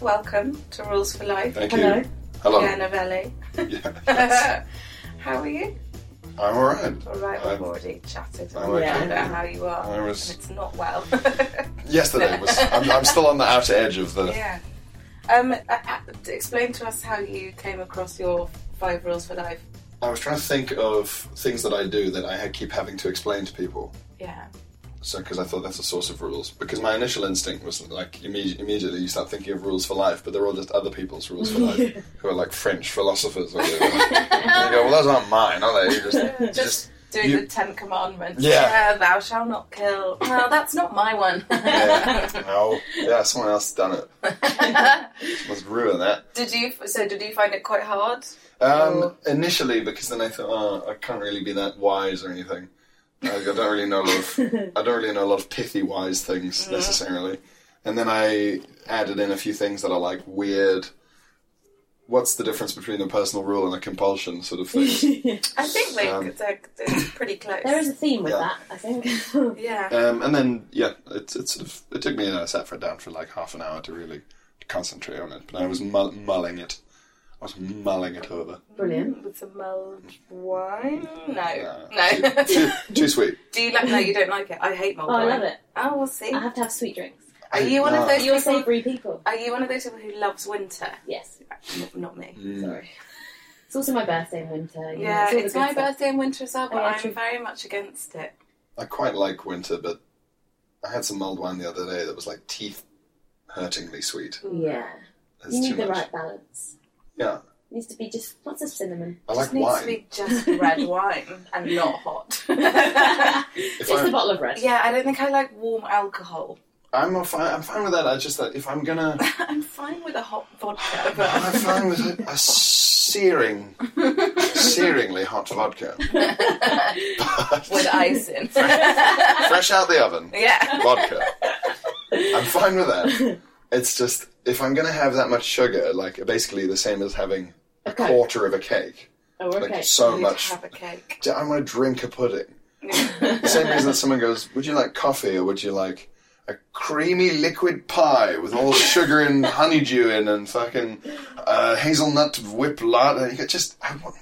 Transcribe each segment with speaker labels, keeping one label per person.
Speaker 1: welcome to Rules for Life.
Speaker 2: Thank
Speaker 3: Hello.
Speaker 2: you. Hello.
Speaker 1: Diana Valley.
Speaker 2: Yeah.
Speaker 1: how are you?
Speaker 2: I'm all right.
Speaker 1: All right, we've
Speaker 2: I'm-
Speaker 1: already chatted
Speaker 2: I'm
Speaker 1: about
Speaker 3: okay.
Speaker 1: how you are.
Speaker 2: I was-
Speaker 1: It's not well.
Speaker 2: Yesterday was. I'm, I'm still on the outer edge of the.
Speaker 1: yeah. Um, uh, uh, explain to us how you came across your five rules for life.
Speaker 2: I was trying to think of things that I do that I ha- keep having to explain to people.
Speaker 1: Yeah.
Speaker 2: So, because I thought that's a source of rules. Because my initial instinct was like imme- immediately you start thinking of rules for life, but they're all just other people's rules for life, who are like French philosophers. Or whatever. and you go, well, those aren't mine, are they? You just,
Speaker 1: Just,
Speaker 2: just
Speaker 1: doing
Speaker 2: you-
Speaker 1: the Ten Commandments.
Speaker 2: Yeah.
Speaker 1: Thou shalt not kill. Well, that's not my one.
Speaker 2: yeah, no, yeah, someone else done it. Must ruin that.
Speaker 1: did you? So did you find it quite hard?
Speaker 2: Um,
Speaker 1: Or-
Speaker 2: initially, because then I thought, oh, I can't really be that wise or anything. I, I don't really know a lot of, I don't really know a lot of pithy wise things
Speaker 1: Mm-hmm.
Speaker 2: necessarily. And then I added in a few things that are like weird. What's the difference between a personal rule and a compulsion sort of thing?
Speaker 1: I think they,
Speaker 2: Um,
Speaker 1: they're, they're pretty close.
Speaker 3: there is a theme with
Speaker 2: Yeah.
Speaker 3: that, I think.
Speaker 1: yeah.
Speaker 2: um, and then yeah, it, it sort of it took me I sat for down for like half an hour to really concentrate on it, but I was mull- mulling it. I was mulling it over.
Speaker 3: Brilliant.
Speaker 1: With some mulled wine? No.
Speaker 2: Too- too,
Speaker 1: No.
Speaker 2: too sweet.
Speaker 1: Do you like no, you don't like it. I hate mulled
Speaker 3: Oh,
Speaker 1: wine.
Speaker 3: I love it. Uh-huh.
Speaker 1: Oh we'll see.
Speaker 3: I have to have sweet drinks.
Speaker 1: Are you one of
Speaker 2: No.
Speaker 1: those
Speaker 3: You're
Speaker 1: people
Speaker 3: savoury people.
Speaker 1: are you one of those people who loves winter?
Speaker 3: Yes.
Speaker 1: Not, not me.
Speaker 2: Mm.
Speaker 3: Sorry. It's also my birthday in winter. you know,
Speaker 1: Yeah,
Speaker 3: all the
Speaker 1: it's
Speaker 3: good
Speaker 1: my
Speaker 3: stuff.
Speaker 1: birthday in winter as well, but
Speaker 3: Oh, yeah,
Speaker 1: I'm
Speaker 3: true.
Speaker 1: very much against it.
Speaker 2: I quite like winter, but I had some mulled wine the other day that was like teeth hurtingly sweet.
Speaker 3: Yeah.
Speaker 2: It's
Speaker 3: You
Speaker 2: too
Speaker 3: need the
Speaker 2: much.
Speaker 3: right balance.
Speaker 2: Yeah,
Speaker 3: It needs to be just lots of cinnamon.
Speaker 2: I
Speaker 1: Just
Speaker 2: like
Speaker 1: needs
Speaker 2: wine.
Speaker 1: to be just red wine and not hot. yeah,
Speaker 2: If
Speaker 3: just
Speaker 2: I'm,
Speaker 3: a bottle of red.
Speaker 1: I don't think I like warm alcohol.
Speaker 2: I'm, a fine, I'm fine with that. I just that if I'm gonna,
Speaker 1: I'm fine with a hot vodka,
Speaker 2: I'm
Speaker 1: but
Speaker 2: fine with a, a searing, searingly hot vodka,
Speaker 1: with ice in.
Speaker 2: fresh out the oven,
Speaker 1: yeah.
Speaker 2: vodka. I'm fine with that. It's just if I'm gonna have that much sugar, like basically the same as having a
Speaker 3: Okay.
Speaker 2: quarter of a cake,
Speaker 3: Oh,
Speaker 2: like
Speaker 3: okay.
Speaker 2: so
Speaker 1: You'd
Speaker 2: much.
Speaker 1: have a cake.
Speaker 2: I want to drink a pudding. The same reason that someone goes, "Would you like coffee or would you like a creamy liquid pie with all the sugar and honeydew in and fucking uh, hazelnut whip latte?" You go, just I want,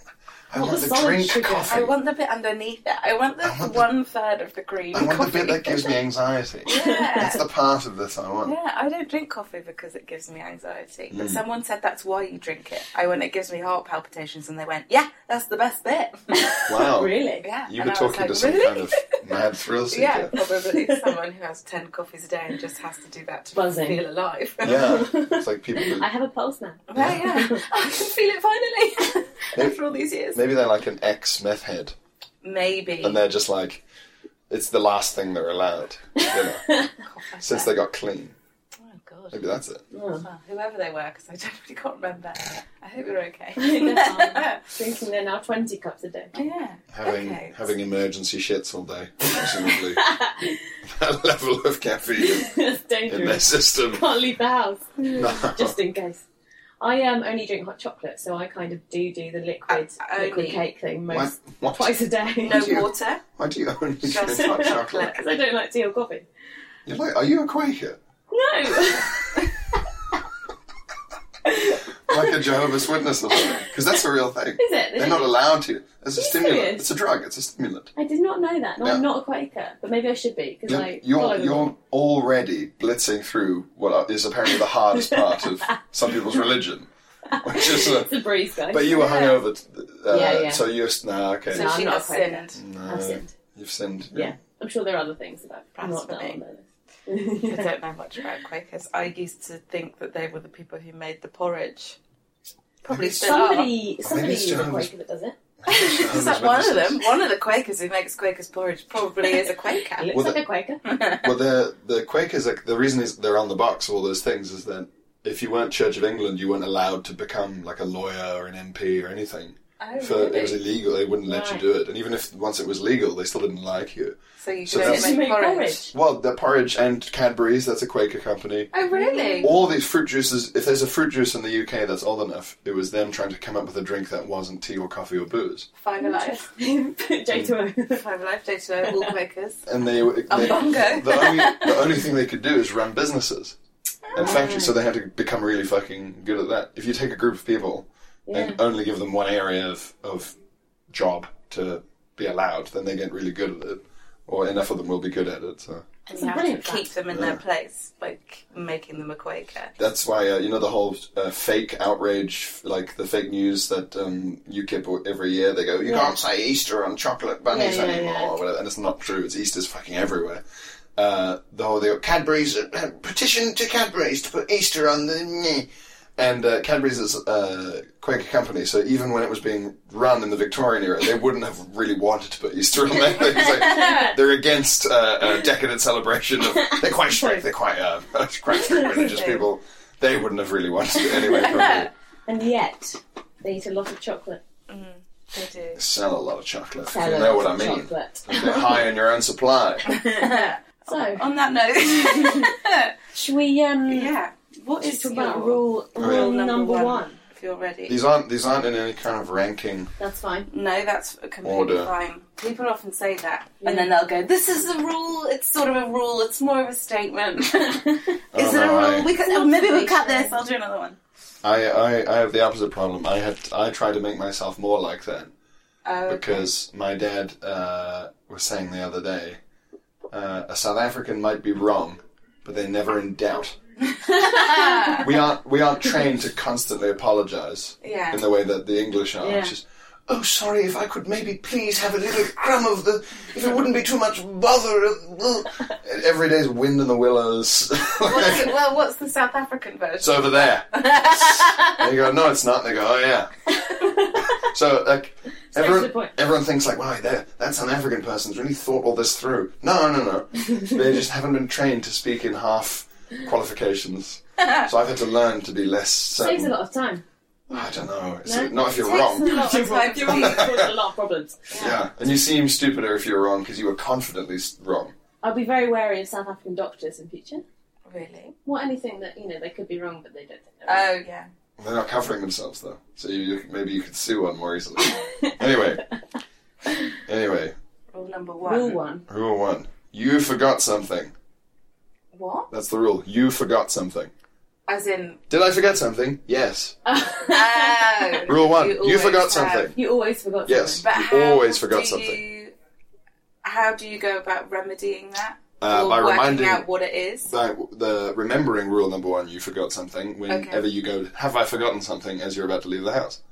Speaker 2: I
Speaker 3: Well,
Speaker 2: want
Speaker 3: the
Speaker 2: the
Speaker 3: solid
Speaker 2: drink
Speaker 3: sugar.
Speaker 1: I
Speaker 2: coffee.
Speaker 1: want the bit underneath it. I want the
Speaker 2: I want the-
Speaker 1: one third of the cream.
Speaker 2: I want the
Speaker 1: coffee.
Speaker 2: bit that gives me anxiety.
Speaker 1: Yeah.
Speaker 2: That's the part of this I want.
Speaker 1: Yeah, I don't drink coffee because it gives me anxiety.
Speaker 2: Hmm.
Speaker 1: But someone said that's why you drink it. I went, it gives me heart palpitations, and they went, yeah, that's the best bit.
Speaker 2: Wow,
Speaker 3: Really?
Speaker 1: yeah.
Speaker 2: you
Speaker 1: and I
Speaker 2: were
Speaker 1: was
Speaker 2: talking
Speaker 1: like,
Speaker 2: to some
Speaker 1: really?
Speaker 2: kind of mad thrill seeker.
Speaker 1: yeah, probably someone who has ten coffees a day and just has to do that to
Speaker 3: Buzzing.
Speaker 1: feel alive.
Speaker 2: Yeah. it's like people. Who,
Speaker 3: I have a pulse now.
Speaker 1: yeah, yeah. I can feel it finally after all these years.
Speaker 2: maybe they're like an ex meth head.
Speaker 1: Maybe.
Speaker 2: and they're just like, it's the last thing they're allowed, you know, since they got clean.
Speaker 1: oh god.
Speaker 2: Maybe that's it.
Speaker 3: Oh,
Speaker 1: Well, whoever they were, because I definitely can't remember. I hope you're okay.
Speaker 3: They're Drinking there now 20 cups a day.
Speaker 1: yeah.
Speaker 2: Having
Speaker 1: Okay.
Speaker 2: having emergency shits all day, presumably. that level of caffeine
Speaker 3: That's
Speaker 2: in their
Speaker 3: dangerous.
Speaker 2: system.
Speaker 3: Can't leave the house.
Speaker 2: No.
Speaker 3: Just in case. I um, only drink hot chocolate, so I kind of do do the liquid,
Speaker 1: Uh, only-
Speaker 3: liquid cake thing
Speaker 2: Why,
Speaker 3: most
Speaker 2: why,
Speaker 3: twice a day.
Speaker 1: No
Speaker 2: you-
Speaker 1: water.
Speaker 2: why do you only drink
Speaker 1: Just
Speaker 2: hot chocolate?
Speaker 1: chocolate.
Speaker 3: Because I don't like tea or coffee.
Speaker 2: You're like, are you a Quaker?
Speaker 3: No!
Speaker 2: Like a Jehovah's Witness or something? Because that's a real thing.
Speaker 3: Is it?
Speaker 2: They're not allowed to. It's a
Speaker 3: you
Speaker 2: stimulant.
Speaker 3: serious?
Speaker 2: It's a drug. It's a stimulant.
Speaker 3: I did not know that. No,
Speaker 2: Yeah.
Speaker 3: I'm not a Quaker, but maybe I should be because
Speaker 2: You're,
Speaker 3: I follow
Speaker 2: you're,
Speaker 3: them.
Speaker 2: you're already blitzing through what is apparently the hardest part of some people's religion, which is a,
Speaker 3: It's a breeze, guys.
Speaker 2: But you were hungover. t- Uh,
Speaker 3: Yeah, yeah.
Speaker 2: So you're s- nah, okay.
Speaker 1: So
Speaker 3: No, I'm
Speaker 1: she
Speaker 3: not
Speaker 1: has
Speaker 3: a Quaker.
Speaker 1: sinned.
Speaker 2: No,
Speaker 3: I've sinned.
Speaker 2: You've sinned.
Speaker 3: Yeah. I'm sure there are other things that I've not done on
Speaker 1: Blasphemy.
Speaker 3: my list.
Speaker 1: I don't know much about Quakers. I used to think that they were the people who made the porridge. Probably
Speaker 2: Maybe
Speaker 1: still are.
Speaker 3: somebody somebody
Speaker 2: it's
Speaker 3: is a
Speaker 2: Jehovah's-
Speaker 3: Quaker that does it.
Speaker 1: Is that one of them? One of the Quakers who makes Quakers porridge probably is a
Speaker 3: It
Speaker 1: Quaker. Oh,
Speaker 3: looks
Speaker 2: Well,
Speaker 3: like
Speaker 2: the-
Speaker 3: a Quaker.
Speaker 2: Well, the the Quakers. Like, the reason is they're on the box. All those things is that if you weren't Church of England, you weren't allowed to become like a lawyer or an MP or anything.
Speaker 1: Oh,
Speaker 2: For it was
Speaker 1: really?
Speaker 2: illegal. They wouldn't let you
Speaker 3: Right.
Speaker 2: do it. And even if once it was legal, they still didn't like you.
Speaker 1: So you
Speaker 2: So
Speaker 1: could only
Speaker 2: that's-
Speaker 3: Make
Speaker 1: make, porridge.
Speaker 3: porridge.
Speaker 2: Well, the porridge and Cadbury's. That's a Quaker company.
Speaker 1: Oh, really?
Speaker 3: Mm.
Speaker 2: All these fruit juices. If there's a fruit juice in the UK that's old enough, it was them trying to come up with a drink that wasn't tea or coffee or booze.
Speaker 1: Five Alive.
Speaker 3: J to O.
Speaker 1: Five Alive, day to day, all Quakers.
Speaker 2: and they, they
Speaker 1: bongo.
Speaker 2: the only the only thing they could do is run businesses. And factory, so they had to become really fucking good at that. If you take a group of people
Speaker 3: Yeah.
Speaker 2: and only give them one area of, of job to be allowed, then they get really good at it. Or enough of them will be good at it. So
Speaker 1: And
Speaker 3: It's
Speaker 1: you
Speaker 3: a
Speaker 1: have to
Speaker 3: brilliant
Speaker 1: keep
Speaker 3: fact.
Speaker 1: them in
Speaker 2: Yeah.
Speaker 1: their place by k- making them a Quaker.
Speaker 2: that's why uh, you know the whole uh, fake outrage, like the fake news that um, UKIP w- every year they go, you
Speaker 3: Yeah.
Speaker 2: can't say Easter on chocolate bunnies
Speaker 3: Yeah, yeah,
Speaker 2: anymore,
Speaker 3: yeah.
Speaker 2: or whatever. and it's not true. It's Easter's fucking everywhere. Uh, the whole they go, Cadbury's uh, petition to Cadbury's to put Easter on the meh." and uh, Cadbury's is uh, Quaker company, so even when it was being run in the Victorian era, they wouldn't have really wanted to put Easter on their things. Like, they're against uh, a decadent celebration of. They're quite strict. They're quite uh, quite strict religious people. They wouldn't have really wanted it anyway. Probably
Speaker 3: And yet, they eat a lot of chocolate.
Speaker 1: They do.
Speaker 2: They sell a lot of chocolate. if
Speaker 3: Sell
Speaker 2: you
Speaker 3: a lot
Speaker 2: know what I
Speaker 3: of
Speaker 2: mean.
Speaker 3: Chocolate.
Speaker 2: If They're high in your own supply.
Speaker 3: So,
Speaker 1: On that note,
Speaker 3: should we um,
Speaker 1: yeah. What
Speaker 3: should we
Speaker 1: is
Speaker 3: talk
Speaker 1: your,
Speaker 3: about rule,
Speaker 2: yeah.
Speaker 3: rule
Speaker 1: Rule
Speaker 3: number,
Speaker 1: number
Speaker 3: one?
Speaker 1: one. if you're ready?
Speaker 2: These aren't these aren't in any kind of ranking
Speaker 3: That's fine.
Speaker 1: No, that's completely
Speaker 2: Order.
Speaker 1: fine. People often say that,
Speaker 3: Yeah.
Speaker 1: and then they'll go, "This is a rule. It's sort of a rule. It's more of a statement. is
Speaker 2: Oh,
Speaker 1: it a
Speaker 2: no,
Speaker 1: rule?
Speaker 2: I-
Speaker 1: We could, oh, maybe we'll cut this. I'll do another one.
Speaker 2: I, I, I have the opposite problem. I had I try to make myself more like that
Speaker 1: Oh,
Speaker 2: because my dad uh, was saying the other day uh, a South African might be wrong, but they're never in doubt. we aren't we aren't trained to constantly apologize
Speaker 1: yeah.
Speaker 2: in the way that the English are.
Speaker 3: Yeah.
Speaker 2: It's just, oh, sorry, if I could maybe please have a little crumb of the, if it wouldn't be too much bother. uh, uh." Every day's wind in the willows.
Speaker 1: What's, well, what's the South African version?
Speaker 2: it's over there. And you go, no, it's not. And they go, oh yeah. so like
Speaker 3: Straight to the
Speaker 2: everyone,
Speaker 3: point.
Speaker 2: everyone thinks like, wow, that that South African person's really thought all this through. No, no, no. they just haven't been trained to speak in half qualifications. So I've had to learn to be less certain.
Speaker 3: Saves a lot of time.
Speaker 2: I don't know. It's
Speaker 3: No?
Speaker 2: not if you're
Speaker 1: Takes
Speaker 2: wrong.
Speaker 1: a lot of time to read.
Speaker 3: Causes a lot of problems.
Speaker 2: Yeah, and you seem stupider if you're wrong because you were confidently s- wrong.
Speaker 3: I'll be very wary of South African doctors in future.
Speaker 1: Really?
Speaker 3: Well, anything that you know they could be wrong, but they don't think they're
Speaker 1: Oh, yeah.
Speaker 2: They're not covering themselves though, so you, you maybe you could sue one more easily. anyway, anyway,
Speaker 1: Rule number
Speaker 3: wrong.
Speaker 1: one.
Speaker 3: Rule one.
Speaker 2: rule one: you forgot something.
Speaker 1: What?
Speaker 2: That's the rule. You forgot something.
Speaker 1: As in,
Speaker 2: Did I forget something? Yes.
Speaker 1: oh.
Speaker 2: Rule one: you,
Speaker 1: always
Speaker 2: forgot
Speaker 1: have-
Speaker 2: something.
Speaker 3: you always forgot.
Speaker 2: Yes.
Speaker 1: But
Speaker 2: You
Speaker 1: how
Speaker 2: always forgot
Speaker 1: do
Speaker 2: something.
Speaker 1: you- how do you go about remedying that?
Speaker 2: Uh,
Speaker 1: or
Speaker 2: by
Speaker 1: working
Speaker 2: reminding
Speaker 1: out what it is?
Speaker 2: by the remembering rule number one: you forgot something. Whenever you go, have I forgotten something? As you're about to leave the house,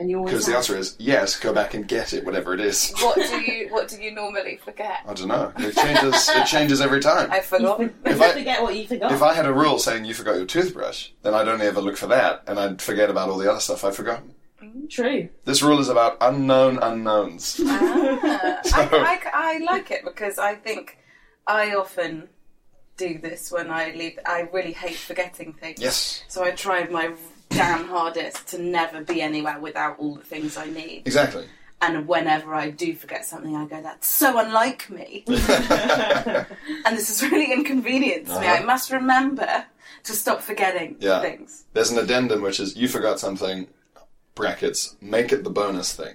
Speaker 3: and you always
Speaker 2: because the answer is yes. Go back and get it, whatever it is.
Speaker 1: What do you What do you normally forget?
Speaker 2: I don't know. It changes. it changes every time.
Speaker 1: I've forgotten.
Speaker 3: You
Speaker 2: If I-
Speaker 3: forget what you forgot.
Speaker 2: If I had a rule saying you forgot your toothbrush, then I'd only ever look for that, and I'd forget about all the other stuff I've forgotten.
Speaker 3: True.
Speaker 2: This rule is about unknown unknowns.
Speaker 1: Ah,
Speaker 2: So-
Speaker 1: I, I, I like it because I think I often do this when I leave. I really hate forgetting things.
Speaker 2: yes,
Speaker 1: So I try my damn hardest to never be anywhere without all the things I need.
Speaker 2: exactly.
Speaker 1: And whenever I do forget something, I go, that's so unlike me. and this has really inconvenienced me.
Speaker 2: Uh-huh.
Speaker 1: I must remember to stop forgetting
Speaker 2: Yeah.
Speaker 1: things.
Speaker 2: There's an addendum which is you forgot something, brackets, make it the bonus thing.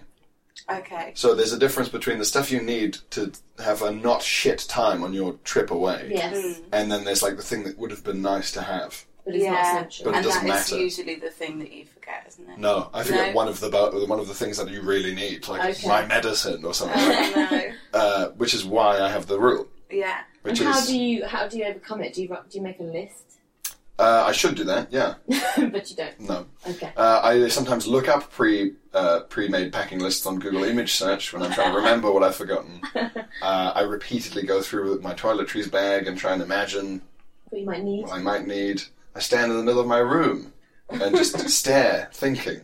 Speaker 1: Okay.
Speaker 2: So there's a difference between the stuff you need to have a not shit time on your trip away,
Speaker 3: Yes,
Speaker 4: Hmm.
Speaker 2: and then there's like the thing that would have been nice to have.
Speaker 3: but it's not
Speaker 1: Yeah.
Speaker 3: essential.
Speaker 2: But it
Speaker 1: and that
Speaker 2: doesn't
Speaker 1: is
Speaker 2: matter.
Speaker 1: usually the thing that you forget, isn't it?
Speaker 2: No, I forget
Speaker 1: No.
Speaker 2: one of the bo- one of the things that you really need, like
Speaker 3: Okay.
Speaker 2: my medicine or something, like that.
Speaker 1: Oh, no.
Speaker 2: uh, which is why I have the rule.
Speaker 1: Yeah.
Speaker 2: Which
Speaker 3: and
Speaker 2: is
Speaker 3: how do you how do you overcome it? Do you do you make a list?
Speaker 2: Uh, I should do that. Yeah.
Speaker 3: but you don't.
Speaker 2: No.
Speaker 3: Okay.
Speaker 2: Uh, I sometimes look up pre uh, pre-made packing lists on Google Image Search when I'm trying to remember what I've forgotten. Uh, I repeatedly go through with my toiletries bag and try and imagine
Speaker 3: But you might need.
Speaker 2: what I might need. I stand in the middle of my room and just stare, thinking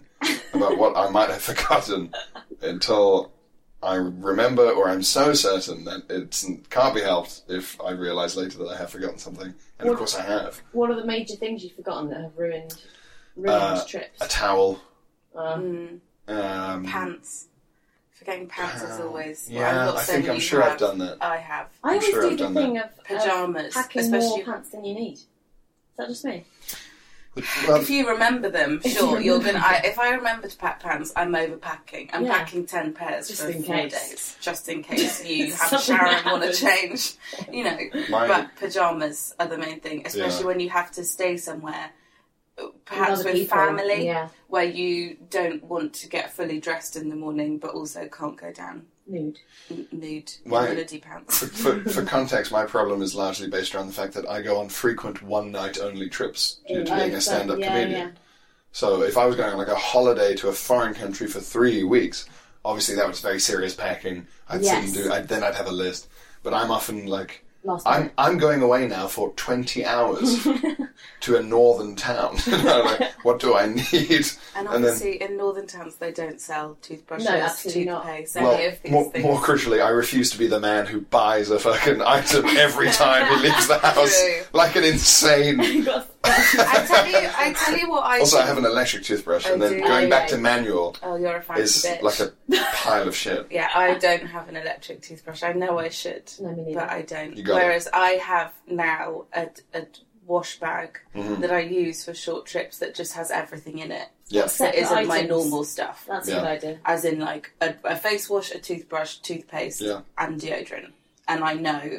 Speaker 2: about what I might have forgotten until I remember or I'm so certain that it can't be helped if I realise later that I have forgotten something. And of course I have.
Speaker 3: What are the major things you've forgotten that have ruined ruined
Speaker 2: Uh,
Speaker 3: trips?
Speaker 2: A towel.
Speaker 3: Uh,
Speaker 1: Mm.
Speaker 2: Um,
Speaker 1: Pants. Forgetting pants is always. well, I'm
Speaker 2: Yeah,
Speaker 1: not
Speaker 2: I think
Speaker 1: saying
Speaker 2: I'm
Speaker 1: you
Speaker 2: sure
Speaker 1: have.
Speaker 2: I've done that.
Speaker 1: I have.
Speaker 3: I
Speaker 2: I'm
Speaker 3: always
Speaker 2: sure
Speaker 3: do
Speaker 2: I've
Speaker 3: the
Speaker 2: done
Speaker 3: thing of of
Speaker 1: Pajamas.
Speaker 3: packing
Speaker 1: especially.
Speaker 3: more pants than you need. Is that just me?
Speaker 2: Um,
Speaker 1: If you remember them,
Speaker 3: If you
Speaker 1: sure, you're
Speaker 3: remember
Speaker 1: gonna. I, if I remember to pack pants, I'm overpacking. I'm
Speaker 3: Yeah.
Speaker 1: packing ten pairs
Speaker 3: Just
Speaker 1: for
Speaker 3: in
Speaker 1: four
Speaker 3: case.
Speaker 1: days, just in case you have a
Speaker 3: Something
Speaker 1: shower and want to
Speaker 3: happens.
Speaker 1: change. You know,
Speaker 2: My-
Speaker 1: but pajamas are the main thing, especially
Speaker 2: Yeah.
Speaker 1: when you have to stay somewhere, perhaps
Speaker 4: other
Speaker 1: with
Speaker 4: people.
Speaker 1: family,
Speaker 4: Yeah.
Speaker 1: where you don't want to get fully dressed in the morning, but also can't go down
Speaker 4: Nude.
Speaker 1: n- nude in
Speaker 2: Why-
Speaker 1: hoodie pants.
Speaker 2: for, for, for context, my problem is largely based around the fact that I go on frequent one night only trips due to
Speaker 4: Oh,
Speaker 2: being a
Speaker 4: so-
Speaker 2: stand up
Speaker 4: yeah,
Speaker 2: comedian.
Speaker 4: yeah.
Speaker 2: So if I was going on like a holiday to a foreign country for three weeks, obviously that was very serious packing. I'd sit and
Speaker 4: Yes.
Speaker 2: do. I'd, then I'd have a list. But I'm often like,
Speaker 4: Last night.
Speaker 2: I'm I'm going away now for twenty hours to a northern town. And I'm like, what do I need?
Speaker 1: And
Speaker 2: And then-
Speaker 1: obviously, in northern towns, they don't sell toothbrushes,
Speaker 3: No, absolutely not.
Speaker 1: toothpaste,
Speaker 2: well,
Speaker 1: any of these
Speaker 2: more,
Speaker 1: things.
Speaker 2: more crucially, I refuse to be the man who buys a fucking item every time he leaves the house,
Speaker 1: True.
Speaker 2: like an insane.
Speaker 3: You got-
Speaker 1: I tell you, I tell you what I.
Speaker 2: Also, I
Speaker 1: do.
Speaker 2: have an electric toothbrush, and
Speaker 1: I
Speaker 2: then
Speaker 1: do.
Speaker 2: going
Speaker 4: Oh,
Speaker 2: back
Speaker 4: yeah.
Speaker 2: to manual
Speaker 1: Oh, you're a fancy
Speaker 2: is
Speaker 1: bitch.
Speaker 2: like a pile of shit.
Speaker 1: Yeah, I don't have an electric toothbrush. I know I should,
Speaker 4: No, me neither.
Speaker 1: but I don't.
Speaker 2: You got it.
Speaker 1: Whereas I have now a, a wash bag
Speaker 2: Mhm.
Speaker 1: that I use for short trips that just has everything in it
Speaker 2: Yeah.
Speaker 1: that
Speaker 4: Separate
Speaker 1: isn't my
Speaker 4: items.
Speaker 1: normal stuff.
Speaker 4: That's
Speaker 2: Yeah.
Speaker 4: a good idea.
Speaker 1: As in, like a, a face wash, a toothbrush, toothpaste,
Speaker 2: Yeah.
Speaker 1: and deodorant. And I know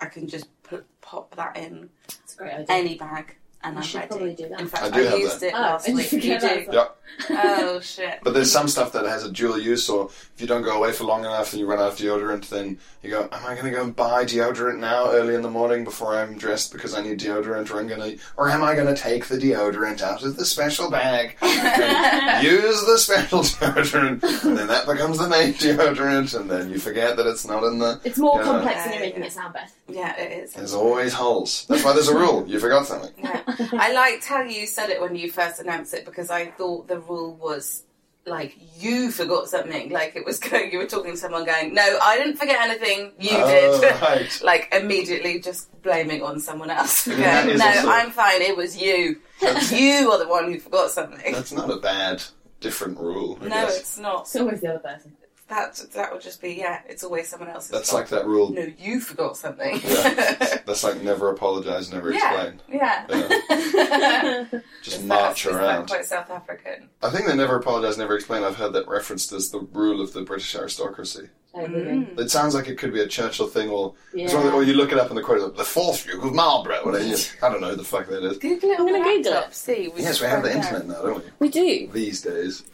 Speaker 1: I can just put, pop that in
Speaker 4: It's a great idea.
Speaker 1: any bag, and
Speaker 4: You
Speaker 1: I'm
Speaker 4: should
Speaker 1: ready.
Speaker 4: probably do that.
Speaker 1: In fact,
Speaker 2: I
Speaker 1: I,
Speaker 2: do have
Speaker 1: used it
Speaker 4: Oh,
Speaker 1: last
Speaker 4: I
Speaker 1: week.
Speaker 4: didn't
Speaker 1: You
Speaker 4: get that.
Speaker 1: do? Oh shit!
Speaker 2: But there's some stuff that has a dual use, or if you don't go away for long enough and you run out of deodorant, then you go, "Am I going to go and buy deodorant now early in the morning before I'm dressed because I need deodorant, or I'm going to, or am I going to take the deodorant out of the special bag, and use the special deodorant, and then that becomes the main deodorant, and then you forget that it's not in the.
Speaker 4: It's more
Speaker 2: Yeah.
Speaker 4: complex than you're
Speaker 1: Yeah,
Speaker 4: making
Speaker 1: yeah.
Speaker 4: it sound, Beth.
Speaker 1: Yeah, it is.
Speaker 2: There's always holes. That's why there's a rule. You forgot something.
Speaker 1: Yeah. I liked how you said it when you first announced it because I thought the rule was like you forgot something. Like it was going, you were talking to someone going, "No, I didn't forget anything. You
Speaker 2: oh,
Speaker 1: did."
Speaker 2: right.
Speaker 1: like immediately just blaming on someone else. for
Speaker 2: Yeah, that
Speaker 1: going,
Speaker 2: is
Speaker 1: no,
Speaker 2: also-
Speaker 1: I'm fine. It was you. you are the one who forgot something.
Speaker 2: That's not a bad different rule. I
Speaker 1: no,
Speaker 2: guess.
Speaker 1: it's not.
Speaker 3: It's always the other person.
Speaker 1: That that would just be yeah. It's always someone else's.
Speaker 2: That's
Speaker 1: fault.
Speaker 2: like that rule.
Speaker 1: no, you forgot something.
Speaker 2: Yeah. That's like never apologize, never
Speaker 1: yeah.
Speaker 2: explain.
Speaker 1: yeah.
Speaker 2: Just
Speaker 1: Is that-
Speaker 2: march
Speaker 1: is that
Speaker 2: around.
Speaker 1: quite South African.
Speaker 2: I think they never apologize, never explain. I've heard that referenced as the rule of the British aristocracy.
Speaker 4: I agree.
Speaker 1: Mm.
Speaker 2: It sounds like it could be a Churchill thing, or it's one of the-
Speaker 4: Yeah.
Speaker 2: or you look it up in the quote, like, the fourth Duke of Marlborough. Whatever. it is. I don't know who the fuck that is.
Speaker 1: Google it
Speaker 4: I'm
Speaker 1: on
Speaker 4: gonna
Speaker 1: the
Speaker 4: Google
Speaker 1: laptop, See, we
Speaker 2: yes,
Speaker 1: just
Speaker 2: we have the
Speaker 1: find out.
Speaker 2: internet now, don't
Speaker 4: We do.
Speaker 2: we? These days,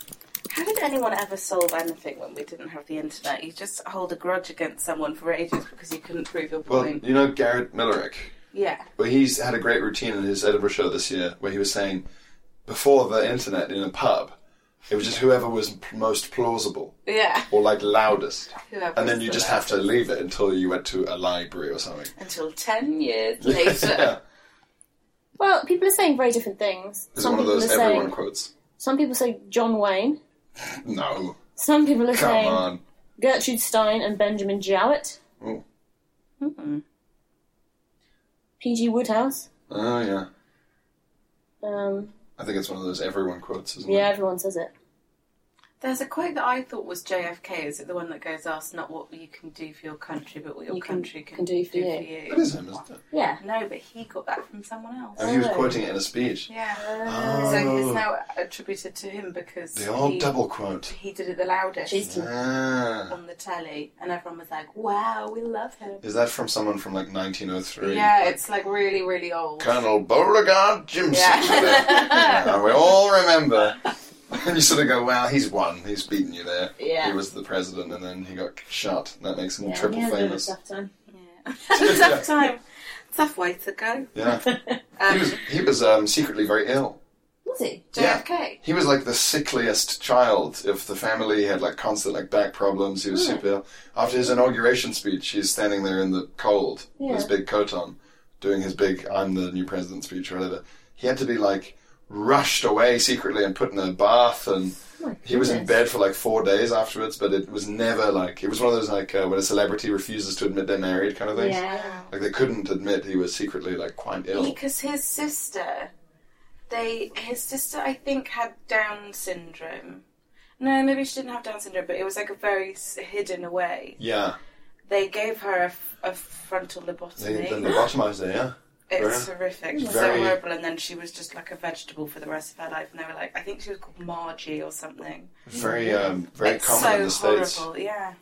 Speaker 1: How did anyone ever solve anything when we didn't have the internet? You just hold a grudge against someone for ages because you couldn't prove your
Speaker 2: well,
Speaker 1: point.
Speaker 2: you know Garrett Millerick.
Speaker 1: yeah.
Speaker 2: Well, he's had a great routine in his Edinburgh show this year where he was saying, before the internet in a pub, it was just whoever was p- most plausible
Speaker 1: Yeah.
Speaker 2: or like loudest.
Speaker 1: Whoever
Speaker 2: And then
Speaker 1: was
Speaker 2: you
Speaker 1: the
Speaker 2: just have
Speaker 1: last.
Speaker 2: to leave it until you went to a library or something.
Speaker 1: Until 10 years later.
Speaker 4: Well, people are saying very different things.
Speaker 2: It's
Speaker 4: some
Speaker 2: one of
Speaker 4: people
Speaker 2: those
Speaker 4: are
Speaker 2: everyone
Speaker 4: saying
Speaker 2: quotes.
Speaker 4: some people say John Wayne.
Speaker 2: No.
Speaker 4: Some people are
Speaker 2: Come
Speaker 4: saying
Speaker 2: on.
Speaker 4: Gertrude Stein and Benjamin Jowett. Mm-hmm.
Speaker 1: Hmm.
Speaker 4: P.G. Woodhouse.
Speaker 2: Oh, yeah.
Speaker 4: Um,
Speaker 2: I think it's one of those everyone quotes, isn't
Speaker 4: yeah,
Speaker 2: it?
Speaker 4: everyone says it.
Speaker 1: There's a quote that I thought was JFK. Is it the one that goes, ask not what you can do for your country, but what your
Speaker 4: You can-
Speaker 1: country can,
Speaker 4: can do for you."
Speaker 2: It is him, isn't it?
Speaker 4: Yeah.
Speaker 1: No, but he got that from someone else.
Speaker 2: And he was
Speaker 4: Oh.
Speaker 2: quoting it in a speech.
Speaker 1: Yeah.
Speaker 2: Oh.
Speaker 1: So it's now attributed to him because
Speaker 2: The old
Speaker 1: he,
Speaker 2: double quote.
Speaker 1: he did it the loudest.
Speaker 4: Jeez.
Speaker 2: Ah.
Speaker 1: on the telly, and everyone was like, "Wow, we love him."
Speaker 2: Is that from someone from like 1903?
Speaker 1: Yeah, it's like really, really old.
Speaker 2: Colonel Beauregard Jimson.
Speaker 1: Yeah.
Speaker 2: Yeah, we all remember. And you sort of go, well, he's won. He's beaten you there. He
Speaker 4: Yeah.
Speaker 2: was the president and then he got shot. That makes him
Speaker 4: Yeah,
Speaker 2: triple
Speaker 3: Yeah, a bit of a
Speaker 2: famous.
Speaker 3: tough time.
Speaker 1: Yeah. tough time, tough way to go.
Speaker 2: Yeah. He
Speaker 1: Um,
Speaker 2: was, he was um, secretly very ill.
Speaker 4: Was he?
Speaker 1: JFK.
Speaker 2: He was like the sickliest child of the family. He had like constant like back problems. He was super ill. After his inauguration speech, he's standing there in the cold, with his big coat on, doing his big "I'm the new president" speech or whatever. He had to be like rushed away secretly and put in a bath, and
Speaker 4: Oh My
Speaker 2: he was in
Speaker 4: goodness.
Speaker 2: bed for like four days afterwards. But it was never like it was one of those like uh, when a celebrity refuses to admit they're married kind of things.
Speaker 4: Yeah.
Speaker 2: Like they couldn't admit he was secretly like quite ill.
Speaker 1: Because his sister, they his sister I think had Down syndrome. No, maybe she didn't have Down syndrome, but it was like a very s- hidden away.
Speaker 2: Yeah,
Speaker 1: They gave her a, f- a frontal
Speaker 2: they,
Speaker 1: lobotomy.
Speaker 2: then lobotomized her. Yeah.
Speaker 1: It's horrific.
Speaker 2: It's
Speaker 1: so
Speaker 2: very-
Speaker 1: horrible. And then she was just like a vegetable for the rest of her life. And they were like, I think she was called Margie or something.
Speaker 2: Very, um, very
Speaker 1: it's
Speaker 2: common
Speaker 1: so
Speaker 2: in the states.
Speaker 1: horrible. Yeah.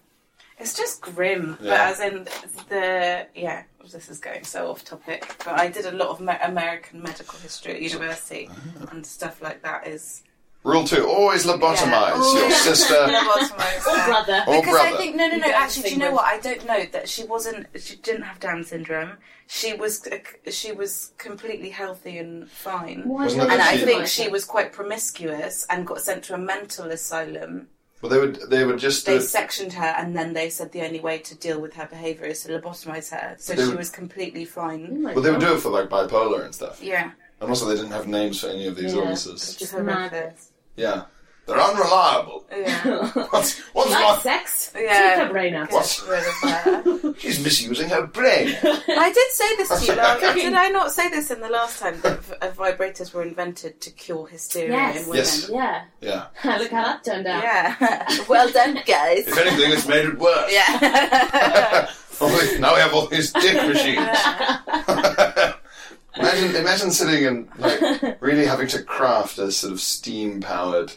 Speaker 1: It's just grim. But
Speaker 2: Yeah.
Speaker 1: as in the yeah, this is going so off topic. But I did a lot of me- American medical history at university,
Speaker 2: Ah.
Speaker 1: and stuff like that is
Speaker 2: Rule two: always lobotomize
Speaker 1: Yeah.
Speaker 2: your sister
Speaker 1: lobotomized.
Speaker 3: Or
Speaker 1: Yeah.
Speaker 3: brother.
Speaker 2: or
Speaker 1: because
Speaker 2: Oh, brother.
Speaker 1: I think no, no, no.
Speaker 3: Down
Speaker 1: Actually, do you know
Speaker 3: syndrome.
Speaker 1: what? I don't know that she wasn't. She didn't have Down syndrome. She was. uh, She was completely healthy and fine.
Speaker 3: Why
Speaker 2: Wasn't
Speaker 3: not?
Speaker 2: that
Speaker 1: And I
Speaker 2: she-
Speaker 1: think she was quite promiscuous and got sent to a mental asylum.
Speaker 2: Well, they would, they would just.
Speaker 1: They
Speaker 2: uh,
Speaker 1: sectioned her, and then they said the only way to deal with her behaviour is to lobotomise her. So
Speaker 2: They
Speaker 1: she
Speaker 2: were-
Speaker 1: was completely
Speaker 3: Oh
Speaker 1: fine.
Speaker 3: my
Speaker 2: well, they would
Speaker 3: God.
Speaker 2: do it for like bipolar and stuff.
Speaker 1: Yeah,
Speaker 2: And also, they didn't have names for any of these
Speaker 3: Yeah.
Speaker 2: illnesses.
Speaker 3: Just
Speaker 1: Horrific.
Speaker 3: madness.
Speaker 2: Yeah, they're unreliable.
Speaker 1: yeah,
Speaker 2: What's what's
Speaker 3: like
Speaker 2: wrong?
Speaker 3: sex?
Speaker 1: Yeah.
Speaker 3: Take her brain out.
Speaker 2: What?
Speaker 1: Get rid of her.
Speaker 2: She's misusing her brain.
Speaker 1: I did say this to you last.
Speaker 2: Cooking.
Speaker 1: Did I not say this in the last time that v- uh, vibrators were invented to cure hysteria
Speaker 3: Yes.
Speaker 1: in women?
Speaker 2: Yes.
Speaker 3: Yeah.
Speaker 2: Yeah.
Speaker 3: Look how that turned out.
Speaker 1: Yeah. well done, guys.
Speaker 2: If anything, it's made it worse.
Speaker 1: yeah.
Speaker 2: Only- now we have all these dick machines. imagine, imagine sitting and like, really having to craft a sort of steam-powered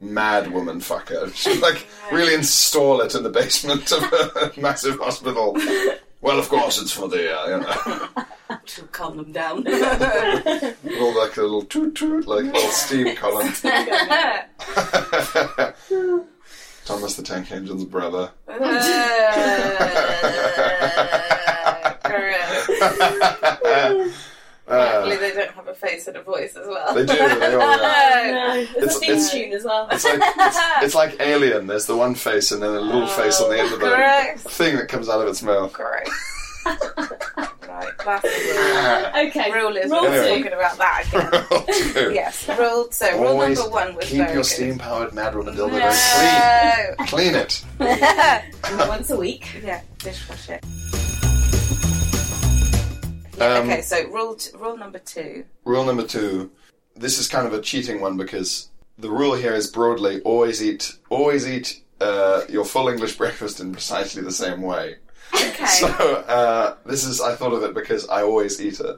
Speaker 2: mad woman fucker. She, like really install it in the basement of a massive hospital. Well, of course, it's for the uh, you know,
Speaker 1: to calm them down.
Speaker 2: with all like a little toot toot, like little steam column.
Speaker 1: Uh,
Speaker 2: Uh, Thomas the Tank Engine's brother.
Speaker 1: Correct.
Speaker 3: Oh,
Speaker 1: Luckily,
Speaker 2: Uh,
Speaker 1: they don't have a face and a voice as well.
Speaker 2: They do, they all are.
Speaker 1: Uh,
Speaker 3: No, there's
Speaker 2: It's-
Speaker 3: a theme
Speaker 2: it's-
Speaker 3: tune as well.
Speaker 2: it's like it's, it's like Alien. There's the one face and then a
Speaker 1: Oh,
Speaker 2: little face on the end of the
Speaker 1: Correct.
Speaker 2: thing that comes out of its mouth.
Speaker 1: Correct. right, that's the
Speaker 3: Okay.
Speaker 1: rule. Rule is
Speaker 3: Rule
Speaker 1: we're
Speaker 2: two.
Speaker 1: talking about that again. yes, rule. So rule
Speaker 2: Always
Speaker 1: number one was
Speaker 2: Keep
Speaker 1: very
Speaker 2: your
Speaker 1: good.
Speaker 2: steam-powered Madwoman dildo
Speaker 1: No.
Speaker 2: very clean. Clean it.
Speaker 3: Once a week.
Speaker 1: yeah, dishwasher.
Speaker 2: Um,
Speaker 1: okay, so rule t- rule number two.
Speaker 2: Rule number two. This is kind of a cheating one because the rule here is broadly always eat always eat uh, your full English breakfast in precisely the same way.
Speaker 1: Okay.
Speaker 2: So uh, this is I thought of it because I always eat it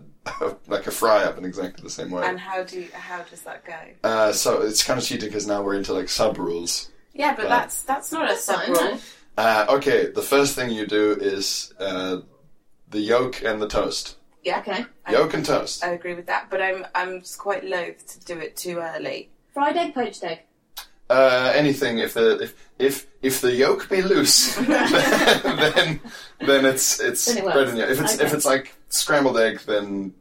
Speaker 2: like a fry up in exactly the same way.
Speaker 1: and how do you, how does that go?
Speaker 2: Uh, so it's kind of cheating because now we're into like sub rules.
Speaker 1: Yeah, but
Speaker 2: Well,
Speaker 1: that's that's not a sub
Speaker 3: fine,
Speaker 1: rule.
Speaker 2: Uh, okay, the first thing you do is uh, the yolk and the toast.
Speaker 1: Yeah,
Speaker 3: Okay.
Speaker 2: Yolk and toast.
Speaker 1: I agree with that, but I'm I'm just quite loath to do it too early.
Speaker 3: Fried egg, poached egg.
Speaker 2: Uh, anything if the if if if the yolk be loose, then then it's it's
Speaker 3: Then it works.
Speaker 2: bread and yolk. If it's if
Speaker 3: Okay.
Speaker 2: it's like scrambled egg, then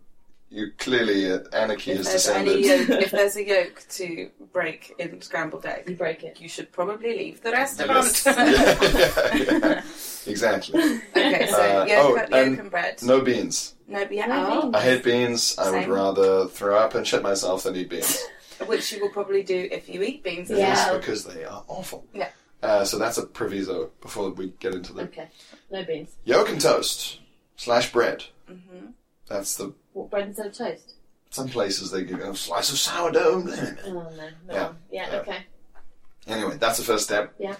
Speaker 2: you clearly uh, anarchy
Speaker 1: If
Speaker 2: has
Speaker 1: there's any
Speaker 2: descended.
Speaker 1: yolk, if there's a yolk to break in scrambled egg,
Speaker 3: You break it.
Speaker 1: you should probably leave the restaurant.
Speaker 2: Yes. yeah, yeah, yeah. Exactly.
Speaker 1: okay, so
Speaker 2: Uh,
Speaker 1: yolk,
Speaker 2: oh,
Speaker 1: yolk
Speaker 2: and-
Speaker 1: and bread.
Speaker 2: No beans.
Speaker 1: No, but yeah,
Speaker 3: No
Speaker 1: oh,
Speaker 2: I hate beans. I would
Speaker 1: Same.
Speaker 2: rather throw up and shit myself than eat beans.
Speaker 1: which you will probably do if you eat beans. as
Speaker 3: Yeah.
Speaker 1: well.
Speaker 2: Yes, because they are awful.
Speaker 1: Yeah.
Speaker 2: Uh, so that's a proviso before we get into the
Speaker 3: Okay. No beans.
Speaker 2: yolk and toast slash bread. That's the
Speaker 3: What bread instead of toast?
Speaker 2: some places they give you a slice of sourdough. blah, blah,
Speaker 3: Oh
Speaker 2: blah.
Speaker 3: no. no.
Speaker 2: Yeah.
Speaker 3: Yeah.
Speaker 2: Yeah.
Speaker 3: Okay.
Speaker 2: Anyway, that's the first step.
Speaker 3: Yeah.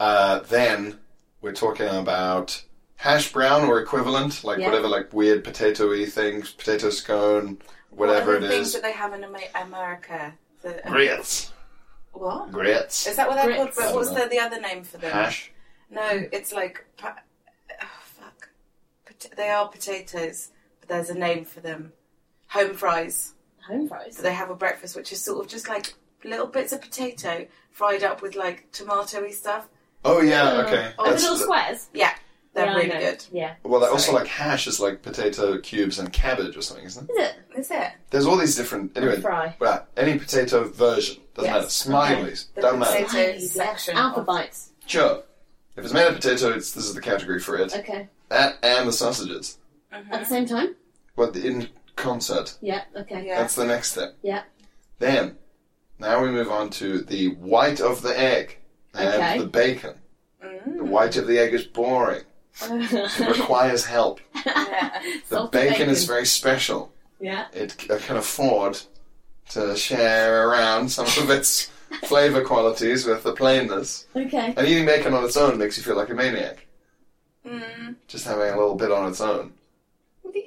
Speaker 2: Uh, then we're talking about hash brown or equivalent, like
Speaker 3: Yeah.
Speaker 2: whatever, like weird potato-y things, potato scone, whatever
Speaker 1: what are the
Speaker 2: it
Speaker 1: things
Speaker 2: is.
Speaker 1: that they have in Ama- America. The,
Speaker 2: Grits,
Speaker 1: What
Speaker 2: grits,
Speaker 1: is that? What they're
Speaker 3: Grits.
Speaker 1: called? But what's the, the other name for them?
Speaker 2: hash.
Speaker 1: No, it's like pa- oh, fuck. Pot- they are potatoes, but there's a name for them. Home fries.
Speaker 3: Home fries.
Speaker 1: So they have a breakfast which is sort of just like little bits of potato fried up with like tomatoey stuff.
Speaker 2: Oh yeah, okay.
Speaker 3: Oh, the
Speaker 2: That's
Speaker 3: little
Speaker 2: the-
Speaker 3: squares.
Speaker 1: They're
Speaker 3: Yeah, I
Speaker 1: really
Speaker 3: know.
Speaker 1: good.
Speaker 3: Yeah.
Speaker 2: well, that also
Speaker 1: Sorry.
Speaker 2: like hash is like potato cubes and cabbage or something, isn't it?
Speaker 3: Is it?
Speaker 1: Is it?
Speaker 2: There's all these different anyway.
Speaker 3: Fry.
Speaker 2: Well, any potato version doesn't
Speaker 1: Yes.
Speaker 2: matter. Smileys
Speaker 1: The
Speaker 2: don't matter.
Speaker 1: potato
Speaker 3: Smileys.
Speaker 1: section.
Speaker 3: Alpha
Speaker 1: of-
Speaker 3: bites.
Speaker 2: Sure. If it's made of potato, it's, this is the category for it.
Speaker 3: Okay.
Speaker 2: That and the sausages,
Speaker 3: At the same time.
Speaker 2: but in concert.
Speaker 3: Yeah. Okay.
Speaker 1: Yeah.
Speaker 2: That's the next step.
Speaker 3: Yeah.
Speaker 2: Then, now we move on to the white of the egg and
Speaker 3: Okay. Hmm.
Speaker 2: the bacon.
Speaker 1: Mm.
Speaker 2: The white of the egg is boring. It requires help.
Speaker 1: Yeah.
Speaker 2: The
Speaker 3: Salted
Speaker 2: bacon
Speaker 3: bacon.
Speaker 2: is very special.
Speaker 3: yeah.
Speaker 2: it c- can afford to share around some of its flavor qualities with the plainness.
Speaker 3: Okay.
Speaker 2: And eating bacon on its own makes you feel like a maniac.
Speaker 1: Mm.
Speaker 2: Just having a little bit on its own.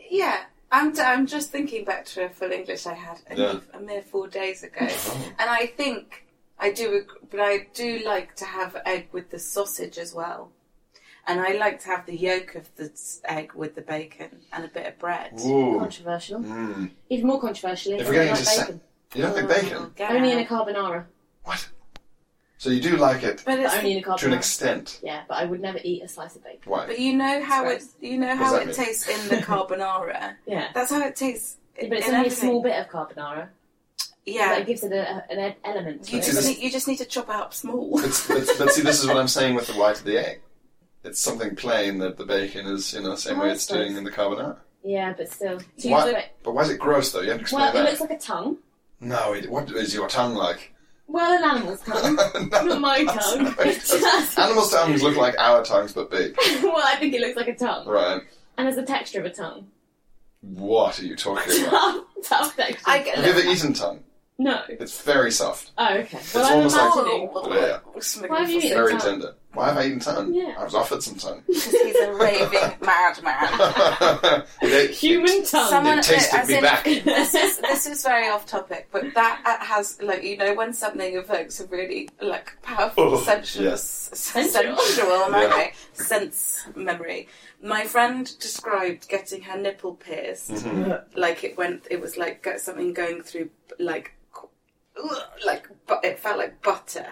Speaker 1: Yeah. I'm, I'm just thinking back to a full English I had a,
Speaker 2: Yeah.
Speaker 1: a mere four days ago,
Speaker 2: Oh.
Speaker 1: and I think I do, ag- but I do like to have egg with the sausage as well, and I like to have the yolk of the s- egg with the bacon and a bit of bread.
Speaker 3: Oh.
Speaker 2: Ooh.
Speaker 4: Controversial.
Speaker 2: Mm.
Speaker 4: Even more controversially,
Speaker 2: If
Speaker 4: I
Speaker 2: we're
Speaker 4: don't
Speaker 2: getting
Speaker 4: like
Speaker 2: into
Speaker 4: bacon.
Speaker 2: You don't
Speaker 3: Oh.
Speaker 2: like bacon?
Speaker 1: God.
Speaker 4: Only in a carbonara.
Speaker 2: What? So you do like it
Speaker 1: but,
Speaker 4: But
Speaker 1: it's,
Speaker 4: only in a
Speaker 2: to an
Speaker 4: carbonara.
Speaker 2: extent.
Speaker 4: Yeah, but I would never eat a slice of bacon.
Speaker 2: Why?
Speaker 1: but you know how it
Speaker 4: It's
Speaker 1: you know
Speaker 2: What does
Speaker 1: how
Speaker 2: that
Speaker 1: it
Speaker 2: mean?
Speaker 1: tastes in the carbonara.
Speaker 4: Yeah.
Speaker 1: That's how it tastes.
Speaker 4: But it's
Speaker 1: in
Speaker 4: only a
Speaker 1: everything.
Speaker 4: small bit of carbonara.
Speaker 1: Yeah,
Speaker 4: That gives it a, an e- element. To
Speaker 1: you
Speaker 4: it.
Speaker 2: See,
Speaker 1: just
Speaker 2: this-
Speaker 1: need, you just need to chop it up small.
Speaker 2: But, but, but see, this is what I'm saying with the white of the egg. It's something plain that the bacon is, you know, the same
Speaker 4: Oh,
Speaker 2: way
Speaker 4: I
Speaker 2: it's doing
Speaker 4: suppose.
Speaker 2: in the carbonara.
Speaker 4: Yeah, but still.
Speaker 1: Do you
Speaker 2: What?
Speaker 1: do-
Speaker 2: But why is it gross, though? You have to explain
Speaker 4: Well, it
Speaker 2: that.
Speaker 4: looks like a tongue.
Speaker 2: No, it, what is your tongue like?
Speaker 4: Well, an animal's tongue. Not my tongue. It does.
Speaker 2: Animals' tongues look like our tongues, but big.
Speaker 4: well, I think it looks like a tongue.
Speaker 2: Right.
Speaker 4: And has the texture of a tongue.
Speaker 2: What are you talking about?
Speaker 4: Tough, tough texture.
Speaker 1: I get
Speaker 2: Have you ever eaten tongue?
Speaker 4: No.
Speaker 2: It's very soft.
Speaker 4: Oh, okay.
Speaker 2: It's
Speaker 4: Well, I'm
Speaker 2: almost like-
Speaker 4: imagining.
Speaker 1: Oh.
Speaker 2: Yeah.
Speaker 1: Why have you
Speaker 4: It's
Speaker 2: very
Speaker 4: tongue.
Speaker 2: tender. Why have I eaten tongue?
Speaker 4: Yeah.
Speaker 2: I was offered some tongue.
Speaker 1: Because he's a raving madman.
Speaker 2: It-
Speaker 4: Human tongue.
Speaker 1: Someone-
Speaker 2: It tasted
Speaker 1: as
Speaker 2: me
Speaker 1: in-
Speaker 2: back.
Speaker 1: this is this is very off topic, but that uh, has like you know when something evokes a really like powerful
Speaker 2: Oh,
Speaker 1: sensual,
Speaker 2: yes.
Speaker 1: sensual, sensual
Speaker 2: Yeah.
Speaker 1: memory, sense memory. My friend described getting her nipple pierced
Speaker 2: Mhm.
Speaker 1: like it went. It was like got something going through like qu- ugh, like but it felt like butter,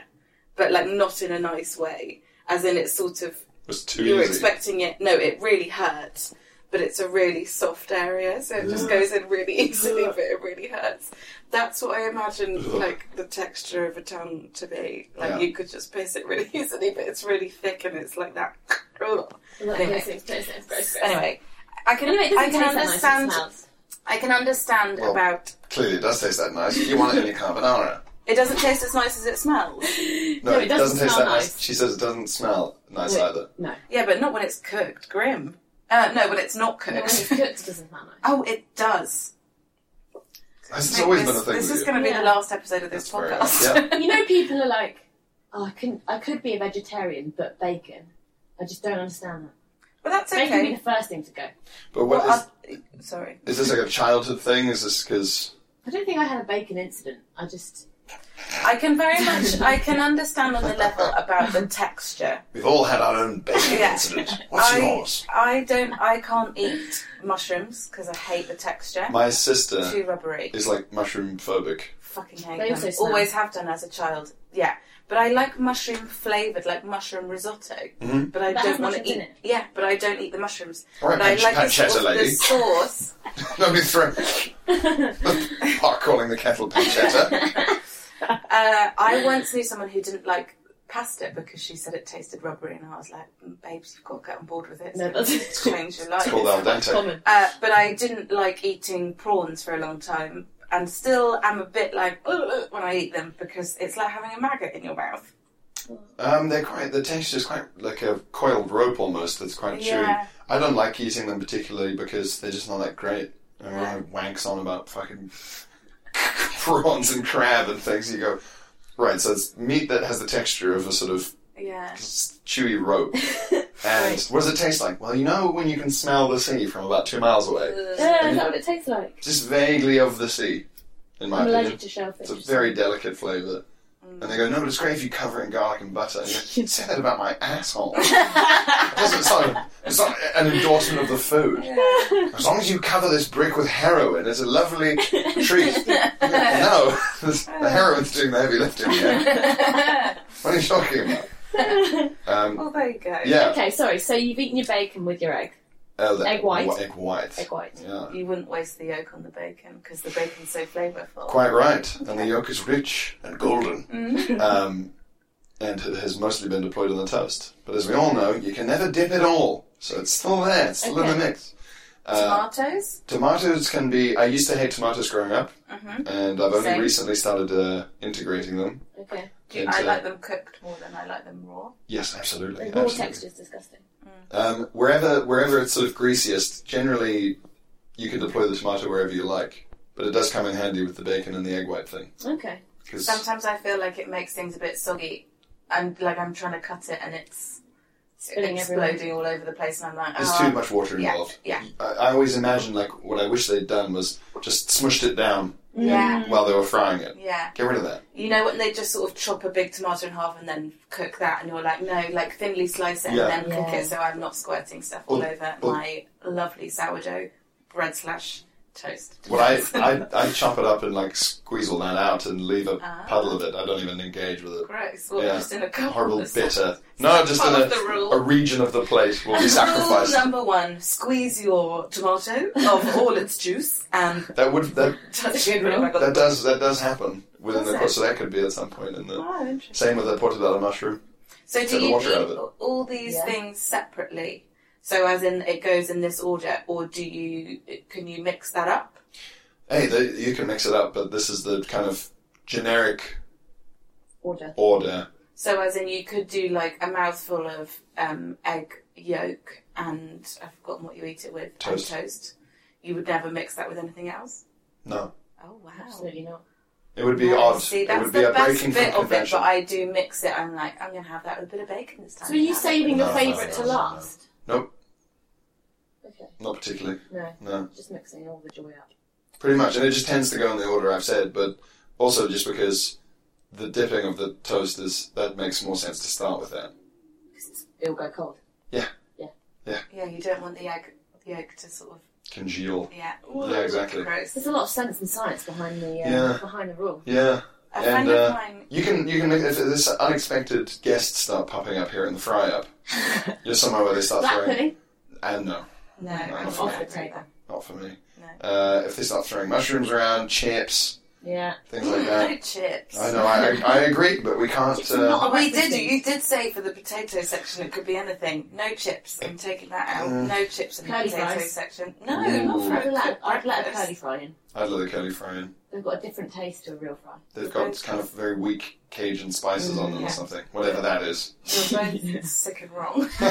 Speaker 1: but like not in a nice way. As in, it's sort of
Speaker 2: It was too
Speaker 1: you were
Speaker 2: easy.
Speaker 1: expecting it. No, it really hurts, but it's a really soft area, so it just
Speaker 2: Ugh.
Speaker 1: goes in really easily,
Speaker 2: Ugh.
Speaker 1: but it really hurts. That's what I imagine,
Speaker 2: Ugh.
Speaker 1: like the texture of a tongue to be. Like
Speaker 2: Yeah.
Speaker 1: you could just pierce it really easily, but it's really thick and it's like that.
Speaker 4: Anyway, gross, gross, gross, gross.
Speaker 1: anyway, I can
Speaker 4: Anyway, it
Speaker 1: I
Speaker 4: doesn't
Speaker 1: can
Speaker 4: taste that nice, it
Speaker 1: understand
Speaker 4: smells.
Speaker 1: I can understand
Speaker 2: Well-
Speaker 1: about
Speaker 2: Clearly, it does taste that nice. You want it in your carbonara.
Speaker 1: it doesn't taste as nice as it smells.
Speaker 2: No,
Speaker 4: No, it doesn't
Speaker 2: taste
Speaker 4: smell
Speaker 2: that
Speaker 4: nice.
Speaker 2: She says it doesn't smell nice
Speaker 4: Wait.
Speaker 2: either.
Speaker 1: Yeah, but not when it's cooked. Grim. Uh, no, when it's not
Speaker 4: No, when it's
Speaker 1: cooked.
Speaker 4: cooked, it doesn't smell nice.
Speaker 1: oh, it does.
Speaker 2: This has
Speaker 1: Mate,
Speaker 2: always
Speaker 1: this,
Speaker 2: been a thing
Speaker 1: This
Speaker 2: with
Speaker 1: is
Speaker 2: you.
Speaker 1: going to be
Speaker 4: Yeah.
Speaker 1: the last episode of this
Speaker 2: That's fair
Speaker 1: podcast.
Speaker 4: You know, people are like, oh, I couldn't, I could be a vegetarian, but bacon. I just don't understand that.
Speaker 1: but that's
Speaker 4: Bacon would be
Speaker 1: okay.
Speaker 4: the first thing to go.
Speaker 2: But
Speaker 1: What
Speaker 2: what is,
Speaker 1: are- Sorry.
Speaker 2: is this like a childhood thing? Is this because
Speaker 4: I don't think I had a bacon incident. I just
Speaker 1: I can very much, I can understand on the level about the texture.
Speaker 2: we've all had our own bacon
Speaker 1: Yeah.
Speaker 2: incident? What's
Speaker 1: I-
Speaker 2: yours?
Speaker 1: I don't, I can't eat mushrooms because I hate the texture.
Speaker 2: My uh, sister
Speaker 1: Too rubbery.
Speaker 2: is like mushroom phobic.
Speaker 1: Fucking hate
Speaker 4: They
Speaker 1: them.
Speaker 4: also smell.
Speaker 1: Always have done as a child. Yeah. But I like mushroom flavoured, like mushroom risotto.
Speaker 2: Mhm.
Speaker 1: But I
Speaker 4: That has
Speaker 1: don't want to
Speaker 4: mushrooms in
Speaker 1: eat.
Speaker 4: it.
Speaker 1: Yeah, but I don't eat the mushrooms.
Speaker 2: All right,
Speaker 1: but I
Speaker 2: Pan-
Speaker 1: like the,
Speaker 2: pancetta
Speaker 1: sauce- the
Speaker 2: lady.
Speaker 1: sauce.
Speaker 2: Don't be thrown. Park calling the kettle pancetta.
Speaker 1: Uh, I once knew someone who didn't like pasta because she said it tasted rubbery, and I was like, "Mm, "Babes, you've got to get on board with it. It's
Speaker 4: No,
Speaker 1: going
Speaker 4: that's-
Speaker 1: to change your
Speaker 2: It's called al
Speaker 1: life."
Speaker 2: dente.
Speaker 4: common.
Speaker 1: Uh, but I didn't like eating prawns for a long time, and still am a bit like "Ugh," when I eat them because it's like having a maggot in your mouth.
Speaker 2: Um, they're quite. The texture is quite like a coiled rope almost. That's quite chewy.
Speaker 1: Yeah,
Speaker 2: I don't like eating them particularly because they're just not that great. Everyone wanks on about fucking prawns and crab and things. You go, right, so it's meat that has the texture of a sort of
Speaker 1: yeah.
Speaker 2: chewy rope. And what does it taste like? Well, you know when you can smell the sea from about two miles away?
Speaker 1: Ugh.
Speaker 4: Yeah, Uh, is that what it tastes like?
Speaker 2: Just vaguely of the sea, in my
Speaker 4: I'm
Speaker 2: opinion.
Speaker 4: allergic Mm. to
Speaker 2: It's
Speaker 4: shellfish.
Speaker 2: a very delicate flavour. And they go, no, but it's great if you cover it in garlic and butter. And you go, "You said that about my asshole. It doesn't- it's, not, it's not an endorsement of the food. As long as you cover this brick with heroin, it's a lovely treat. no, the heroin's doing the heavy lifting here. What are you talking about? Um,
Speaker 1: well, there you go.
Speaker 2: yeah,
Speaker 4: okay, sorry. So you've eaten your bacon with your egg,
Speaker 2: uh, the-
Speaker 4: Egg white.
Speaker 2: wh- Egg white.
Speaker 4: egg white.
Speaker 2: Yeah,
Speaker 1: You wouldn't waste the yolk on the bacon because the bacon's so flavourful.
Speaker 2: quite right. And the yolk is rich and golden,
Speaker 1: Mm.
Speaker 2: um, and it has mostly been deployed on the toast. But as we all know, you can never dip it all, so it's still there. It's still in
Speaker 4: Okay.
Speaker 2: the mix. Uh,
Speaker 1: Tomatoes.
Speaker 2: tomatoes can be. I used to hate tomatoes growing up,
Speaker 1: hmm
Speaker 2: and I've only
Speaker 1: Same.
Speaker 2: recently started uh, integrating them.
Speaker 4: Okay.
Speaker 1: Do, I
Speaker 2: into-
Speaker 1: like them cooked more than I like them raw.
Speaker 2: Yes, absolutely.
Speaker 4: The raw
Speaker 2: absolutely.
Speaker 4: texture is disgusting.
Speaker 2: Um, wherever wherever it's sort of greasiest, generally you can deploy the tomato wherever you like. But it does come in handy with the bacon and the egg white thing.
Speaker 4: Okay.
Speaker 2: 'cause-
Speaker 1: Sometimes I feel like it makes things a bit soggy, and like I'm trying to cut it, and it's
Speaker 3: Spilling everywhere.
Speaker 1: exploding all over the place, and I'm like,
Speaker 2: There's
Speaker 1: oh,
Speaker 2: too much water
Speaker 1: yeah,
Speaker 2: involved.
Speaker 1: yeah.
Speaker 2: I, I always imagine like what I wish they'd done was just smushed it down
Speaker 4: Mm.
Speaker 1: Yeah.
Speaker 2: while they were frying it.
Speaker 1: yeah.
Speaker 2: Get rid of that.
Speaker 1: You know when they just sort of chop a big tomato in half and then cook that, and you're like, no, like thinly slice it and
Speaker 2: Yeah.
Speaker 1: then cook
Speaker 4: Yeah.
Speaker 1: it, so I'm not squirting stuff all
Speaker 2: Oh,
Speaker 1: over
Speaker 2: oh.
Speaker 1: my lovely sourdough bread slash toast.
Speaker 2: What I I I chop it up and like squeeze all that out and leave a
Speaker 1: Ah.
Speaker 2: puddle of it. I don't even engage with it.
Speaker 1: gross. What,
Speaker 2: Yeah.
Speaker 1: just in a cup?
Speaker 2: Horrible
Speaker 1: Oh, That's
Speaker 2: bitter. No, just in
Speaker 1: part of
Speaker 2: a,
Speaker 1: the rule.
Speaker 2: a region of the plate will be
Speaker 1: Rule
Speaker 2: sacrificed.
Speaker 1: number one: squeeze your tomato of all its juice and
Speaker 2: That would that
Speaker 1: touch it. when I got
Speaker 2: that
Speaker 1: the-
Speaker 2: does that does happen within
Speaker 1: Does
Speaker 2: the
Speaker 1: it?
Speaker 2: course. So that could be at some point in the
Speaker 1: Oh, interesting.
Speaker 2: same with the portobello mushroom.
Speaker 1: So do
Speaker 2: Take the
Speaker 1: you
Speaker 2: water out
Speaker 1: eat
Speaker 2: of it.
Speaker 1: all these
Speaker 4: Yeah.
Speaker 1: things separately? So as in it goes in this order, or do you can you mix that up?
Speaker 2: Hey, the, you can mix it up, but this is the kind of generic
Speaker 4: Order.
Speaker 2: order.
Speaker 1: So as in you could do like a mouthful of um, egg yolk and I've forgotten what you eat it with
Speaker 2: Toast.
Speaker 1: and toast. You would never mix that with anything else.
Speaker 2: No.
Speaker 1: Oh wow.
Speaker 4: Absolutely not.
Speaker 2: It would be
Speaker 1: Nice.
Speaker 2: odd.
Speaker 1: See,
Speaker 2: it
Speaker 1: that's
Speaker 2: would
Speaker 1: the
Speaker 2: be a
Speaker 1: best
Speaker 2: breaking from
Speaker 1: bit of it,
Speaker 2: convention.
Speaker 1: but I do mix it. I'm like, I'm gonna have that with a bit of bacon this time.
Speaker 4: So are you
Speaker 1: Yeah.
Speaker 4: saving
Speaker 2: No,
Speaker 4: your
Speaker 2: no,
Speaker 4: favourite
Speaker 2: no,
Speaker 4: to
Speaker 2: no, no.
Speaker 4: last?
Speaker 2: Nope.
Speaker 4: Okay.
Speaker 2: Not particularly.
Speaker 4: No.
Speaker 2: No.
Speaker 4: Just mixing all the joy up.
Speaker 2: Pretty much. And it just tends to go in the order I've said, but also just because the dipping of the toast is that makes more sense to start with that.
Speaker 4: Because it's, it'll go cold.
Speaker 1: Yeah, you don't want the egg yolk to sort of
Speaker 2: Congeal.
Speaker 1: yeah.
Speaker 2: Yeah, exactly.
Speaker 1: Gross.
Speaker 4: There's a lot of sense and science behind the uh,
Speaker 2: Yeah.
Speaker 4: behind the rule.
Speaker 2: Yeah.
Speaker 1: A
Speaker 2: And,
Speaker 1: friend
Speaker 2: uh,
Speaker 1: of mine.
Speaker 2: You can you can if there's unexpected guests start popping up here in the fry up. You're somewhere where they start
Speaker 4: Black
Speaker 2: throwing
Speaker 4: pudding.
Speaker 2: and no,
Speaker 1: No,
Speaker 2: no,
Speaker 1: I'm
Speaker 2: off
Speaker 1: not
Speaker 4: the
Speaker 1: gonna take
Speaker 4: table.
Speaker 1: that.
Speaker 2: not for me.
Speaker 1: No.
Speaker 2: Uh, if they start throwing mushrooms around, chips,
Speaker 4: Yeah.
Speaker 2: things like that.
Speaker 1: No chips.
Speaker 2: I know, I, I agree, but we can't.
Speaker 4: It's
Speaker 2: Uh,
Speaker 4: not-
Speaker 1: Oh, we
Speaker 4: Breakfast
Speaker 1: did.
Speaker 4: thing.
Speaker 1: You did say for the potato section it could be anything. No chips. I'm taking that out.
Speaker 2: Mm.
Speaker 1: No chips in the
Speaker 4: Curly
Speaker 1: potato
Speaker 4: fries.
Speaker 1: section. No,
Speaker 2: Ooh.
Speaker 1: not for
Speaker 4: I'd let,
Speaker 1: cooked
Speaker 4: I'd let a
Speaker 1: breakfast.
Speaker 4: curly fry in.
Speaker 2: I'd love the curly fry in.
Speaker 4: They've got a different taste to a real fry.
Speaker 2: They've got kind of very weak Cajun spices on them
Speaker 1: Yeah.
Speaker 2: or something, whatever that is.
Speaker 1: You're both sick and wrong.
Speaker 2: Hey,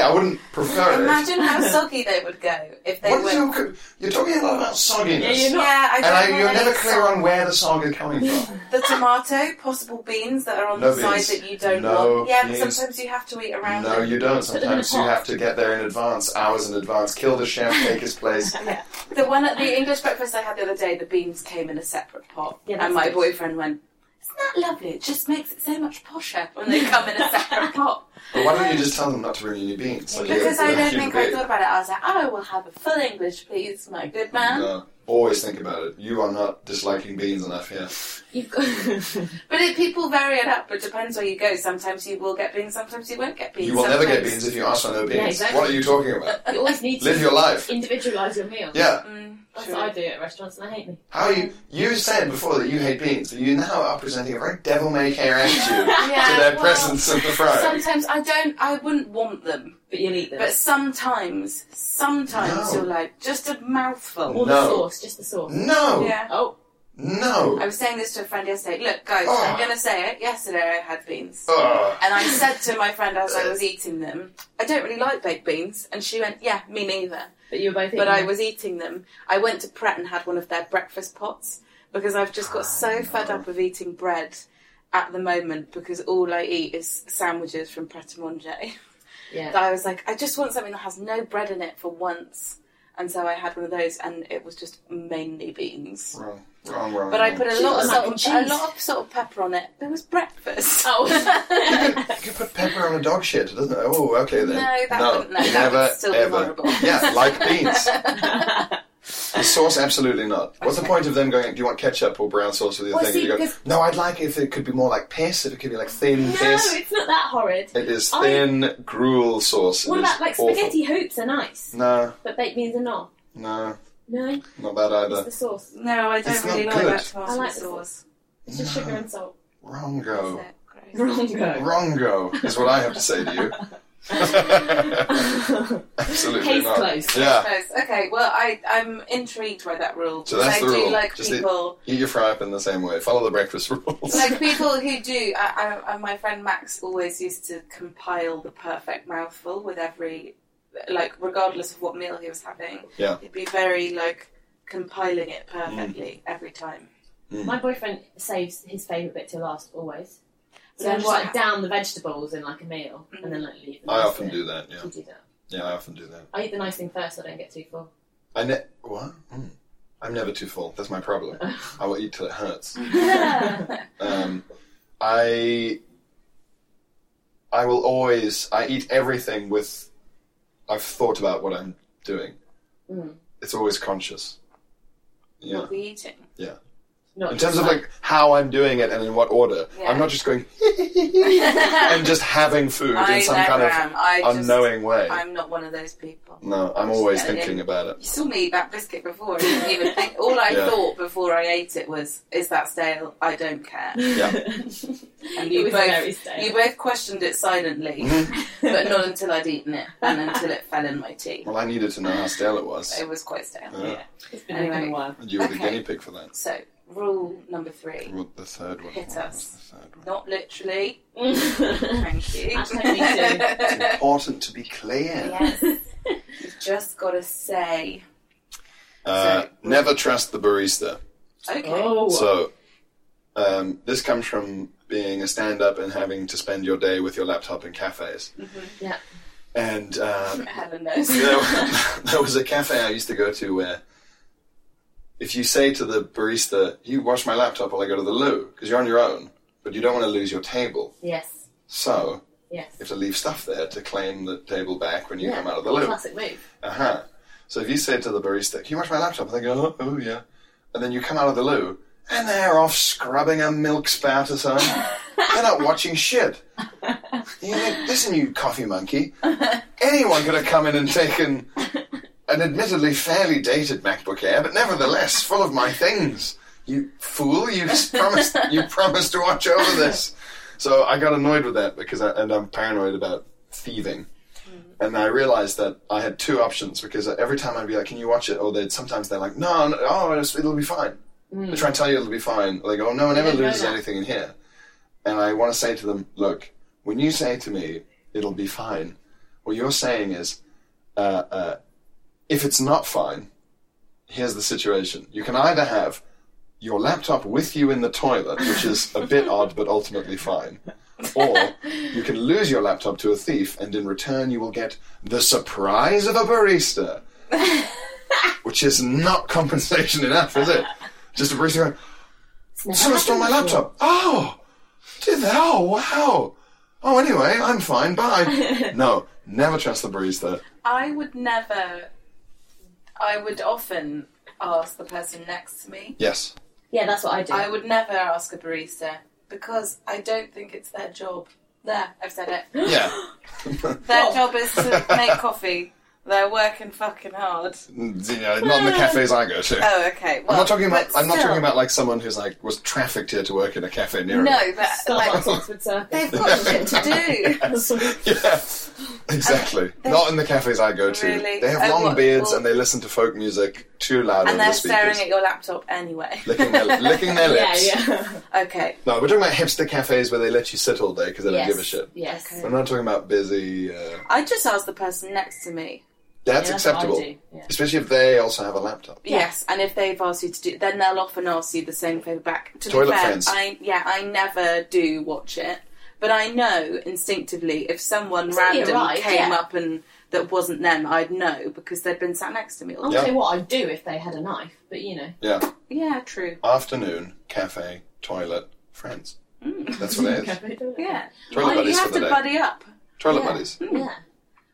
Speaker 2: I wouldn't prefer it.
Speaker 1: Imagine how soggy they would go if they
Speaker 2: What is
Speaker 1: went.
Speaker 2: your co- you're talking a lot about sogginess,
Speaker 4: Yeah, you know-
Speaker 1: Yeah, I
Speaker 2: and
Speaker 1: don't
Speaker 2: I,
Speaker 1: know
Speaker 2: you're
Speaker 1: any
Speaker 2: never clear
Speaker 1: salt.
Speaker 2: on where the sog is coming from.
Speaker 1: the tomato, possible beans that are on
Speaker 2: No
Speaker 1: the side
Speaker 2: beans.
Speaker 1: that you don't
Speaker 2: No
Speaker 1: want. Yeah, but
Speaker 2: beans.
Speaker 1: sometimes you have to eat around
Speaker 2: no,
Speaker 1: them.
Speaker 2: you don't.
Speaker 4: Put them in a
Speaker 2: Sometimes you
Speaker 4: pot.
Speaker 2: have to get there in advance, hours in advance. Kill the chef, take his place.
Speaker 1: The one at the English breakfast I had the other day, the beans came in a separate pot,
Speaker 4: Yeah, that's
Speaker 1: and my
Speaker 4: good.
Speaker 1: boyfriend went, "Isn't that lovely? It just makes it so much posher when they come in a separate pot."
Speaker 2: But why don't you just tell them not to bring any beans? Like,
Speaker 1: Because
Speaker 2: you're-
Speaker 1: I
Speaker 2: you're a
Speaker 1: don't
Speaker 2: human
Speaker 1: think I
Speaker 2: being.
Speaker 1: thought about it. I was like, "I will have a full English, please, my good man."
Speaker 2: No, always think about it. You are not disliking beans enough here.
Speaker 4: You've got.
Speaker 1: But it, people vary it up. It depends where you go. Sometimes you will get beans. Sometimes you won't get beans.
Speaker 2: you will never get
Speaker 1: sometimes-
Speaker 2: beans if you ask for no beans.
Speaker 4: Yeah, exactly.
Speaker 2: What are you talking about?
Speaker 4: you always need
Speaker 2: Live
Speaker 4: to
Speaker 2: your life.
Speaker 4: individualise your meal.
Speaker 2: Yeah.
Speaker 1: Mm,
Speaker 4: That's
Speaker 1: true.
Speaker 4: what I do at restaurants, and I hate me.
Speaker 2: How you you said before that you hate beans, but you now are presenting a very devil may care attitude to
Speaker 1: Yeah,
Speaker 2: their
Speaker 1: well,
Speaker 2: presence of the fry.
Speaker 1: Sometimes I don't. I wouldn't want them.
Speaker 4: But you'll eat them.
Speaker 1: But sometimes, sometimes
Speaker 2: No.
Speaker 1: you're like just a mouthful.
Speaker 4: Or the
Speaker 2: No.
Speaker 4: sauce, just the sauce.
Speaker 2: No,
Speaker 1: Yeah.
Speaker 4: Oh,
Speaker 1: I
Speaker 2: no.
Speaker 1: was saying this to a friend yesterday. Look, guys,
Speaker 2: Oh.
Speaker 1: I'm going to say it. Yesterday I had beans.
Speaker 2: Ugh.
Speaker 1: And I said to my friend as I was eating them, I don't really like baked beans. And she went, Yeah, me neither.
Speaker 4: but you were both.
Speaker 1: But I was eating them. I went to Pret and had one of their breakfast pots because I've just got so fed up of eating bread at the moment because all I eat is sandwiches from Pret a Manger.
Speaker 4: Yeah.
Speaker 1: that I was like, I just want something that has no bread in it for once. And so I had one of those, and it was just mainly beans.
Speaker 2: Wrong, wrong, wrong.
Speaker 1: But I
Speaker 2: wrong.
Speaker 1: put a
Speaker 4: She
Speaker 1: lot
Speaker 4: got
Speaker 1: of
Speaker 4: mac
Speaker 1: salt,
Speaker 4: and
Speaker 1: a
Speaker 4: cheese.
Speaker 1: lot of salt and pepper on it. There was breakfast.
Speaker 4: Oh.
Speaker 2: You could, you could put pepper on a dog shit, doesn't it? Oh, okay
Speaker 1: no,
Speaker 2: then.
Speaker 1: that wouldn't. No, that
Speaker 2: never,
Speaker 1: would still
Speaker 2: ever.
Speaker 1: be horrible.
Speaker 2: Yeah, like beans. The sauce, absolutely not. What's the point of them going? Do you want ketchup or brown sauce with your
Speaker 4: Well,
Speaker 2: thing?
Speaker 4: see,
Speaker 2: you go,
Speaker 4: because-
Speaker 2: no, I'd like if it could be more like piss. If it could be like thin
Speaker 4: no,
Speaker 2: piss.
Speaker 4: it's not that horrid.
Speaker 2: It is
Speaker 4: I-
Speaker 2: thin gruel sauce. It
Speaker 4: What
Speaker 2: is
Speaker 4: about like
Speaker 2: awful.
Speaker 4: spaghetti hoops are nice,
Speaker 2: No,
Speaker 4: but baked beans are not.
Speaker 2: no,
Speaker 4: No,
Speaker 2: not that
Speaker 4: it's
Speaker 2: either.
Speaker 4: the sauce.
Speaker 1: No, I don't
Speaker 2: It's
Speaker 1: really
Speaker 2: not
Speaker 1: like
Speaker 2: good.
Speaker 1: that tomato
Speaker 4: I like the
Speaker 1: sauce.
Speaker 4: It's just sugar and salt.
Speaker 1: Is
Speaker 2: Wrongo.
Speaker 1: it? Gross.
Speaker 4: Wrongo.
Speaker 2: Wrongo is what I have to say to you. Absolutely
Speaker 4: Case
Speaker 2: not.
Speaker 4: closed.
Speaker 2: Yeah,
Speaker 1: Gross. Okay, well, I, I'm intrigued by that rule.
Speaker 2: So
Speaker 1: because
Speaker 2: that's
Speaker 1: I
Speaker 2: the
Speaker 1: do
Speaker 2: rule.
Speaker 1: like
Speaker 2: Just eat-
Speaker 1: people.
Speaker 2: eat your fry up in the same way. Follow the breakfast rules.
Speaker 1: like people who do I, I, I, my friend max always used to compile the perfect mouthful with every like regardless of what meal he was having
Speaker 2: Yeah.
Speaker 1: he'd be very like compiling it
Speaker 2: Mm.
Speaker 1: perfectly every time
Speaker 4: My boyfriend saves his favourite bit till last, always. So then
Speaker 1: Yeah,
Speaker 4: wipe
Speaker 1: just-
Speaker 4: down the vegetables in like a meal
Speaker 1: Mhm.
Speaker 4: and then like leave.
Speaker 2: I often do that. Yeah,
Speaker 4: You do that.
Speaker 2: yeah, I often do that.
Speaker 4: I eat the nice thing first, so I don't get too full.
Speaker 2: I ne- what? Mm. I'm never too full. That's my problem. I will eat till it hurts. Um, I I will always I eat everything with I've thought about what I'm doing.
Speaker 4: Mm.
Speaker 2: It's always conscious. Yeah.
Speaker 1: What are we eating?
Speaker 4: Not
Speaker 2: In
Speaker 4: just
Speaker 2: terms of like how I'm doing it and in what order.
Speaker 1: Yeah.
Speaker 2: I'm not just going
Speaker 1: I
Speaker 2: and just having food
Speaker 1: never
Speaker 2: in some kind of
Speaker 1: am. I just,
Speaker 2: unknowing way.
Speaker 1: I'm not one of those people.
Speaker 2: no, I'm
Speaker 1: just
Speaker 2: always
Speaker 1: getting
Speaker 2: thinking about it.
Speaker 1: You saw me eat that biscuit before. I didn't even think. All I
Speaker 2: Yeah.
Speaker 1: thought before I ate it was, "Is that stale? I don't care." And you
Speaker 4: it was
Speaker 1: both-
Speaker 4: very
Speaker 1: You
Speaker 4: stale.
Speaker 1: both questioned it silently, but not until I'd eaten it and until it fell in my teeth.
Speaker 2: Well, I needed to know how stale it was.
Speaker 1: It was quite stale.
Speaker 2: Yeah.
Speaker 4: It's been anyway.
Speaker 1: Anyway.
Speaker 4: a while.
Speaker 2: And you were the
Speaker 1: Okay.
Speaker 2: guinea pig for that.
Speaker 1: So, rule number three:
Speaker 2: Well, the third one.
Speaker 1: Hit
Speaker 2: What was
Speaker 1: us.
Speaker 2: the third one?
Speaker 1: not literally.
Speaker 4: Thank
Speaker 1: Thank you.
Speaker 4: Hashtag me
Speaker 2: It's important to be clear.
Speaker 1: yes, you've just got to say
Speaker 2: Uh,
Speaker 1: So-
Speaker 2: never trust the barista.
Speaker 1: okay.
Speaker 4: Oh,
Speaker 2: So, um, this comes from being a stand up and having to spend your day with your laptop in cafes.
Speaker 1: Mhm.
Speaker 5: Yeah.
Speaker 2: And uh,
Speaker 1: Helen knows.
Speaker 2: there, there was a cafe I used to go to where if you say to the barista, you wash my laptop while I go to the loo, because you're on your own, but you don't want to lose your table.
Speaker 5: Yes.
Speaker 2: So,
Speaker 5: Yes.
Speaker 2: you have to leave stuff there to claim the table back when you
Speaker 5: Yeah.
Speaker 2: come out of the loo.
Speaker 4: classic move.
Speaker 2: Uh-huh. So if you say to the barista, Can you wash my laptop? And they go, Oh, oh yeah. And then you come out of the loo and they're off scrubbing a milk spout or something. they're not watching shit. You think, Listen, you coffee monkey. Anyone could have come in and taken an admittedly fairly dated MacBook Air, but nevertheless full of my things. You fool, you s- promised you promised to watch over this. So I got annoyed with that because I, and I'm paranoid about thieving. And I realized that I had two options because every time I'd be like, "Can you watch it?" Or they'd sometimes they're like, "No, no oh, it's, it'll be fine." They try and tell you it'll be fine. They go, "Oh, Mm. "No one ever
Speaker 4: didn't know
Speaker 2: loses
Speaker 4: that.
Speaker 2: anything in here." And I want to say to them, "Look, when you say to me it'll be fine, what you're saying is, uh, uh, if it's not fine, here's the situation: you can either have your laptop with you in the toilet, which is a bit odd but ultimately fine." or you can lose your laptop to a thief, and in return, you will get the surprise of a barista, which is not compensation enough, is it? Just a barista going,
Speaker 5: It's never
Speaker 2: someone stole my
Speaker 5: happened before.
Speaker 2: laptop. Oh, did they? Oh, wow. Oh, anyway, I'm fine. Bye. no, never trust the barista.
Speaker 1: I would never. I would often ask the person next to me.
Speaker 2: Yes.
Speaker 5: Yeah, that's what I do.
Speaker 1: I would never ask a barista because I don't think it's their job. There, I've said it.
Speaker 2: Yeah.
Speaker 1: Their
Speaker 4: Well-
Speaker 1: job is to make coffee. They're working fucking hard.
Speaker 2: You know, not in the cafes I go to.
Speaker 1: Oh, okay. Well,
Speaker 2: I'm not talking about.
Speaker 1: but
Speaker 2: I'm not
Speaker 1: still-
Speaker 2: talking about like someone who's like was trafficked here to work in a cafe near. him.
Speaker 1: No, but like,
Speaker 4: Starbucks Oxford Circus.
Speaker 1: they've got shit to do.
Speaker 2: Yeah, exactly.
Speaker 1: they-
Speaker 2: Not in the cafes I go to.
Speaker 1: Really?
Speaker 2: They have
Speaker 1: Oh,
Speaker 2: long
Speaker 1: what-
Speaker 2: beards
Speaker 1: well-
Speaker 2: and they listen to folk music too loud
Speaker 1: And
Speaker 2: over the
Speaker 1: they're
Speaker 2: speakers.
Speaker 1: staring at your laptop anyway.
Speaker 2: Licking their, licking their
Speaker 4: yeah,
Speaker 2: lips.
Speaker 4: yeah.
Speaker 1: Okay.
Speaker 2: No, we're talking about hipster cafes where they let you sit all day because they
Speaker 5: Yes.
Speaker 2: don't give a shit.
Speaker 5: Yes.
Speaker 1: Okay.
Speaker 2: We're not talking about busy. Uh,
Speaker 1: I just asked the person next to me.
Speaker 2: that's
Speaker 4: Yeah, what I
Speaker 2: acceptable,
Speaker 4: do, yeah.
Speaker 2: especially if they also have a laptop.
Speaker 1: Yes. and if they've asked you to do, then they'll often ask you the same favour back. To
Speaker 2: Toilet
Speaker 1: be fair,
Speaker 2: friends.
Speaker 1: I yeah, I never do watch it, but I know instinctively if someone
Speaker 5: It's only
Speaker 1: random
Speaker 5: arrived,
Speaker 1: came
Speaker 5: yeah.
Speaker 1: up and that wasn't them, I'd know because they'd been sat next to me all
Speaker 4: I'll
Speaker 1: day.
Speaker 2: Yeah.
Speaker 4: tell you what I'd do if they had a knife, but you know.
Speaker 1: Yeah, true.
Speaker 2: Afternoon cafe toilet friends.
Speaker 1: Mm.
Speaker 2: That's what it is.
Speaker 1: Yeah,
Speaker 2: Toilet
Speaker 1: Oh, you
Speaker 2: buddies for
Speaker 1: have
Speaker 2: the
Speaker 1: to
Speaker 2: day.
Speaker 1: buddy up.
Speaker 2: Toilet
Speaker 5: yeah.
Speaker 2: buddies.
Speaker 5: Yeah.
Speaker 4: Hmm.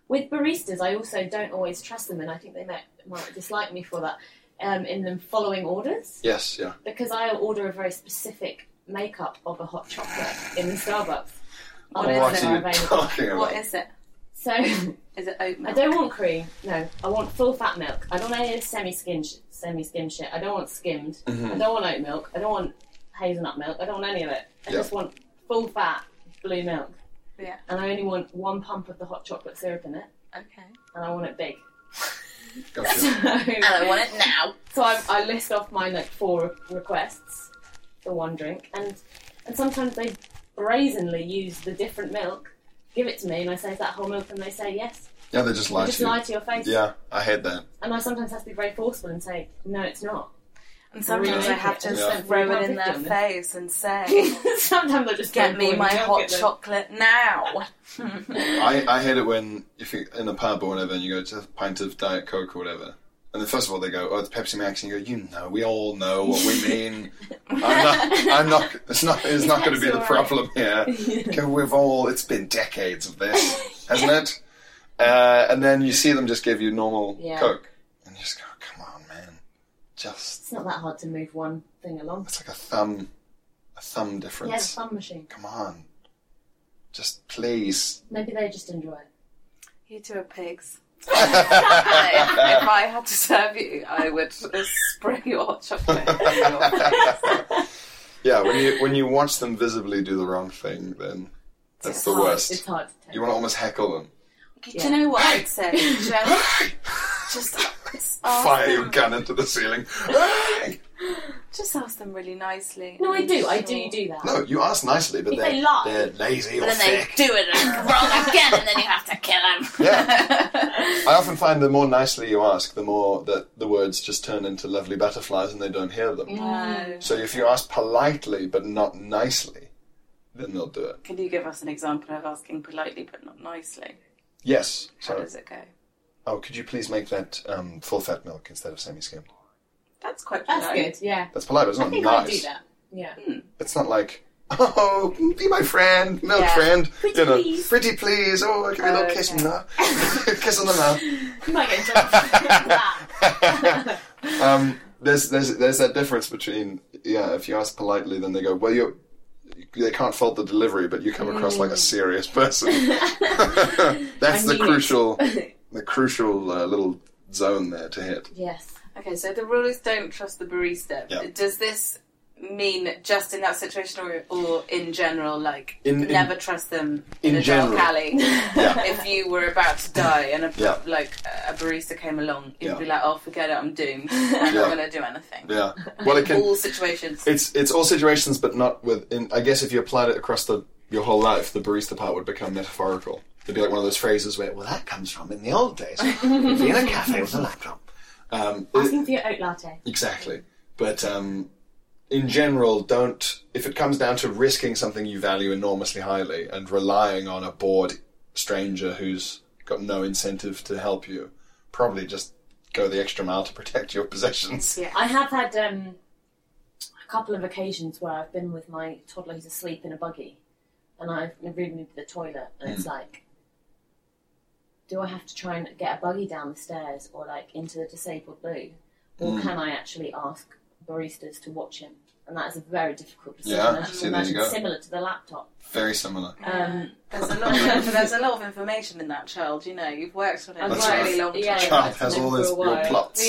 Speaker 4: With baristas, I also don't always trust them, and I think they might, might dislike me for that. Um, in them following orders,
Speaker 2: Yes, yeah.
Speaker 4: because I'll order a very specific makeup of a hot chocolate in the Starbucks.
Speaker 1: What
Speaker 4: Other
Speaker 1: is
Speaker 2: what
Speaker 1: it?
Speaker 4: than
Speaker 2: are
Speaker 4: are
Speaker 2: you
Speaker 4: available.
Speaker 2: talking about?
Speaker 1: What is it?
Speaker 4: So
Speaker 1: Is it oat
Speaker 4: I
Speaker 1: milk?
Speaker 4: don't want cream. No, I want full fat milk. I don't want any semi skim semi skim shit. I don't want skimmed.
Speaker 2: Mhm.
Speaker 4: I don't want oat milk. I don't want hazelnut milk. I don't want any of it. I
Speaker 2: Yeah.
Speaker 4: just want full fat blue milk.
Speaker 1: Yeah.
Speaker 4: And I only want one pump of the hot chocolate syrup in it,
Speaker 1: Okay.
Speaker 4: and I want it big.
Speaker 2: Gotcha.
Speaker 4: So,
Speaker 1: And I want it now.
Speaker 4: So I, I list off my like four requests for one drink, and and sometimes they brazenly use the different milk. Give it to me, and I say, "Is that whole milk?" And they say, "Yes."
Speaker 2: Yeah, they just
Speaker 4: They
Speaker 2: lie
Speaker 4: just
Speaker 2: to you.
Speaker 4: lie to your face,
Speaker 2: Yeah, I hate that.
Speaker 4: and I sometimes have to be very forceful and say, "No, it's not."
Speaker 1: And sometimes
Speaker 2: Really?
Speaker 1: I have to
Speaker 2: Yeah.
Speaker 1: just throw it in their
Speaker 3: Yeah.
Speaker 1: face and say,
Speaker 3: Sometimes I just
Speaker 1: "Get
Speaker 3: go,
Speaker 1: me
Speaker 3: "Boy,
Speaker 1: my
Speaker 3: don't
Speaker 1: hot
Speaker 3: get them."
Speaker 1: chocolate now."
Speaker 2: I, I hate it when if you're in a pub or whatever and you go to have a pint of Diet Coke or whatever. And then first of all they go, Oh it's Pepsi Max and you go, You know, we all know what we mean. I'm not I'm not it's not it's not gonna be
Speaker 3: It's
Speaker 2: the
Speaker 3: all
Speaker 2: problem here. Okay, We've all it's been decades of this, hasn't it? Uh, and then you see them just give you normal
Speaker 4: Yeah.
Speaker 2: Coke. And you just go, Come on, man. Just
Speaker 4: It's not that hard to move one thing along.
Speaker 2: it's like a thumb a thumb
Speaker 4: Yeah,
Speaker 2: difference.
Speaker 4: fun machine.
Speaker 2: Come on. Just please.
Speaker 4: Maybe they just enjoy it.
Speaker 1: You two are pigs. if I had to serve you, I would just spray your hot chocolate. in your face.
Speaker 2: Yeah, when you when you watch them visibly do the wrong thing, then
Speaker 1: It's
Speaker 2: that's the
Speaker 1: hard.
Speaker 2: worst.
Speaker 4: It's hard to tell.
Speaker 2: You want to almost heckle them.
Speaker 1: Do you know what I'd say? Just, just ask
Speaker 2: Fire your
Speaker 1: them-
Speaker 2: gun into the ceiling.
Speaker 1: Just ask them really nicely.
Speaker 4: No, I
Speaker 1: and
Speaker 4: do. I
Speaker 1: sure.
Speaker 4: do do that.
Speaker 2: no, you ask nicely, but
Speaker 4: If
Speaker 2: they're,
Speaker 4: they lie,
Speaker 2: they're lazy or
Speaker 4: But then they
Speaker 2: thick.
Speaker 4: do it wrong again, and then you have to kill them.
Speaker 2: Yeah. I often find the more nicely you ask, the more that the words just turn into lovely butterflies and they don't hear them.
Speaker 4: Mm.
Speaker 1: No.
Speaker 2: So if you ask politely but not nicely, then they'll do it.
Speaker 1: Can you give us an example of asking politely but not nicely?
Speaker 2: Yes.
Speaker 1: How
Speaker 2: So,
Speaker 1: does it go?
Speaker 2: oh, could you please make that um, full fat milk instead of semi skimmed?
Speaker 1: That's quite
Speaker 4: That's
Speaker 1: polite.
Speaker 4: good. Yeah,
Speaker 2: That's polite, but it's
Speaker 4: I
Speaker 2: not
Speaker 4: think
Speaker 2: nice.
Speaker 4: I do that. Yeah.
Speaker 2: It's not like, oh, be my friend, milk
Speaker 1: Yeah.
Speaker 2: friend,
Speaker 4: Pretty
Speaker 2: you know,
Speaker 4: please.
Speaker 2: pretty please. Oh, I give you a little kiss on the mouth, kiss on the mouth.
Speaker 4: You might get in trouble for that.
Speaker 2: um, there's there's there's that difference between yeah, if you ask politely, then they go, well, you they can't fault the delivery, but you come across like a serious person. That's the
Speaker 4: Mm. mean it.
Speaker 2: crucial the crucial uh, little zone there to hit.
Speaker 4: Yes.
Speaker 1: Okay, so the rule is don't trust the barista.
Speaker 2: Yeah.
Speaker 1: Does this mean just in that situation or, or in general, like
Speaker 2: In- in-
Speaker 1: never trust them in, a
Speaker 2: in
Speaker 1: dark
Speaker 2: general.
Speaker 1: alley?
Speaker 2: Yeah.
Speaker 1: if you were about to die and a,
Speaker 2: Yeah.
Speaker 1: like a barista came along, you'd
Speaker 2: Yeah.
Speaker 1: be like, oh, forget it, I'm doomed. I'm
Speaker 2: Yeah.
Speaker 1: not going to do anything.
Speaker 2: Yeah. Well, it can
Speaker 1: All situations.
Speaker 2: It's it's all situations, but not within. I guess if you applied it across the your whole life, the barista part would become metaphorical. It'd be like one of those phrases where, well, that comes from in the old days, you'd be in a cafe with a laptop. Um,
Speaker 4: Asking for your oat latte.
Speaker 2: exactly. But um, in general, don't. If it comes down to risking something you value enormously highly and relying on a bored stranger who's got no incentive to help you, probably just go the extra mile to protect your possessions.
Speaker 1: yeah.
Speaker 4: I have had um, a couple of occasions where I've been with my toddler who's asleep in a buggy, and I've removed the toilet, and
Speaker 2: Hmm.
Speaker 4: it's like, do I have to try and get a buggy down the stairs or like into the disabled loo, or
Speaker 2: Hmm.
Speaker 4: can I actually ask baristas to watch him? And that is a very difficult decision.
Speaker 2: Yeah,
Speaker 4: I can
Speaker 2: see, there you
Speaker 4: imagine
Speaker 2: go.
Speaker 4: similar to the laptop.
Speaker 2: Very similar.
Speaker 4: Um,
Speaker 1: There's a lot. Of, there's a lot of information in that child. You know, you've worked on it
Speaker 4: I've
Speaker 1: for
Speaker 2: That's
Speaker 1: a really
Speaker 4: worked-
Speaker 1: long time.
Speaker 4: yeah,
Speaker 2: Child
Speaker 4: I've
Speaker 2: has
Speaker 4: been
Speaker 2: all
Speaker 4: for
Speaker 2: this
Speaker 4: a
Speaker 2: your
Speaker 4: while.
Speaker 2: plots.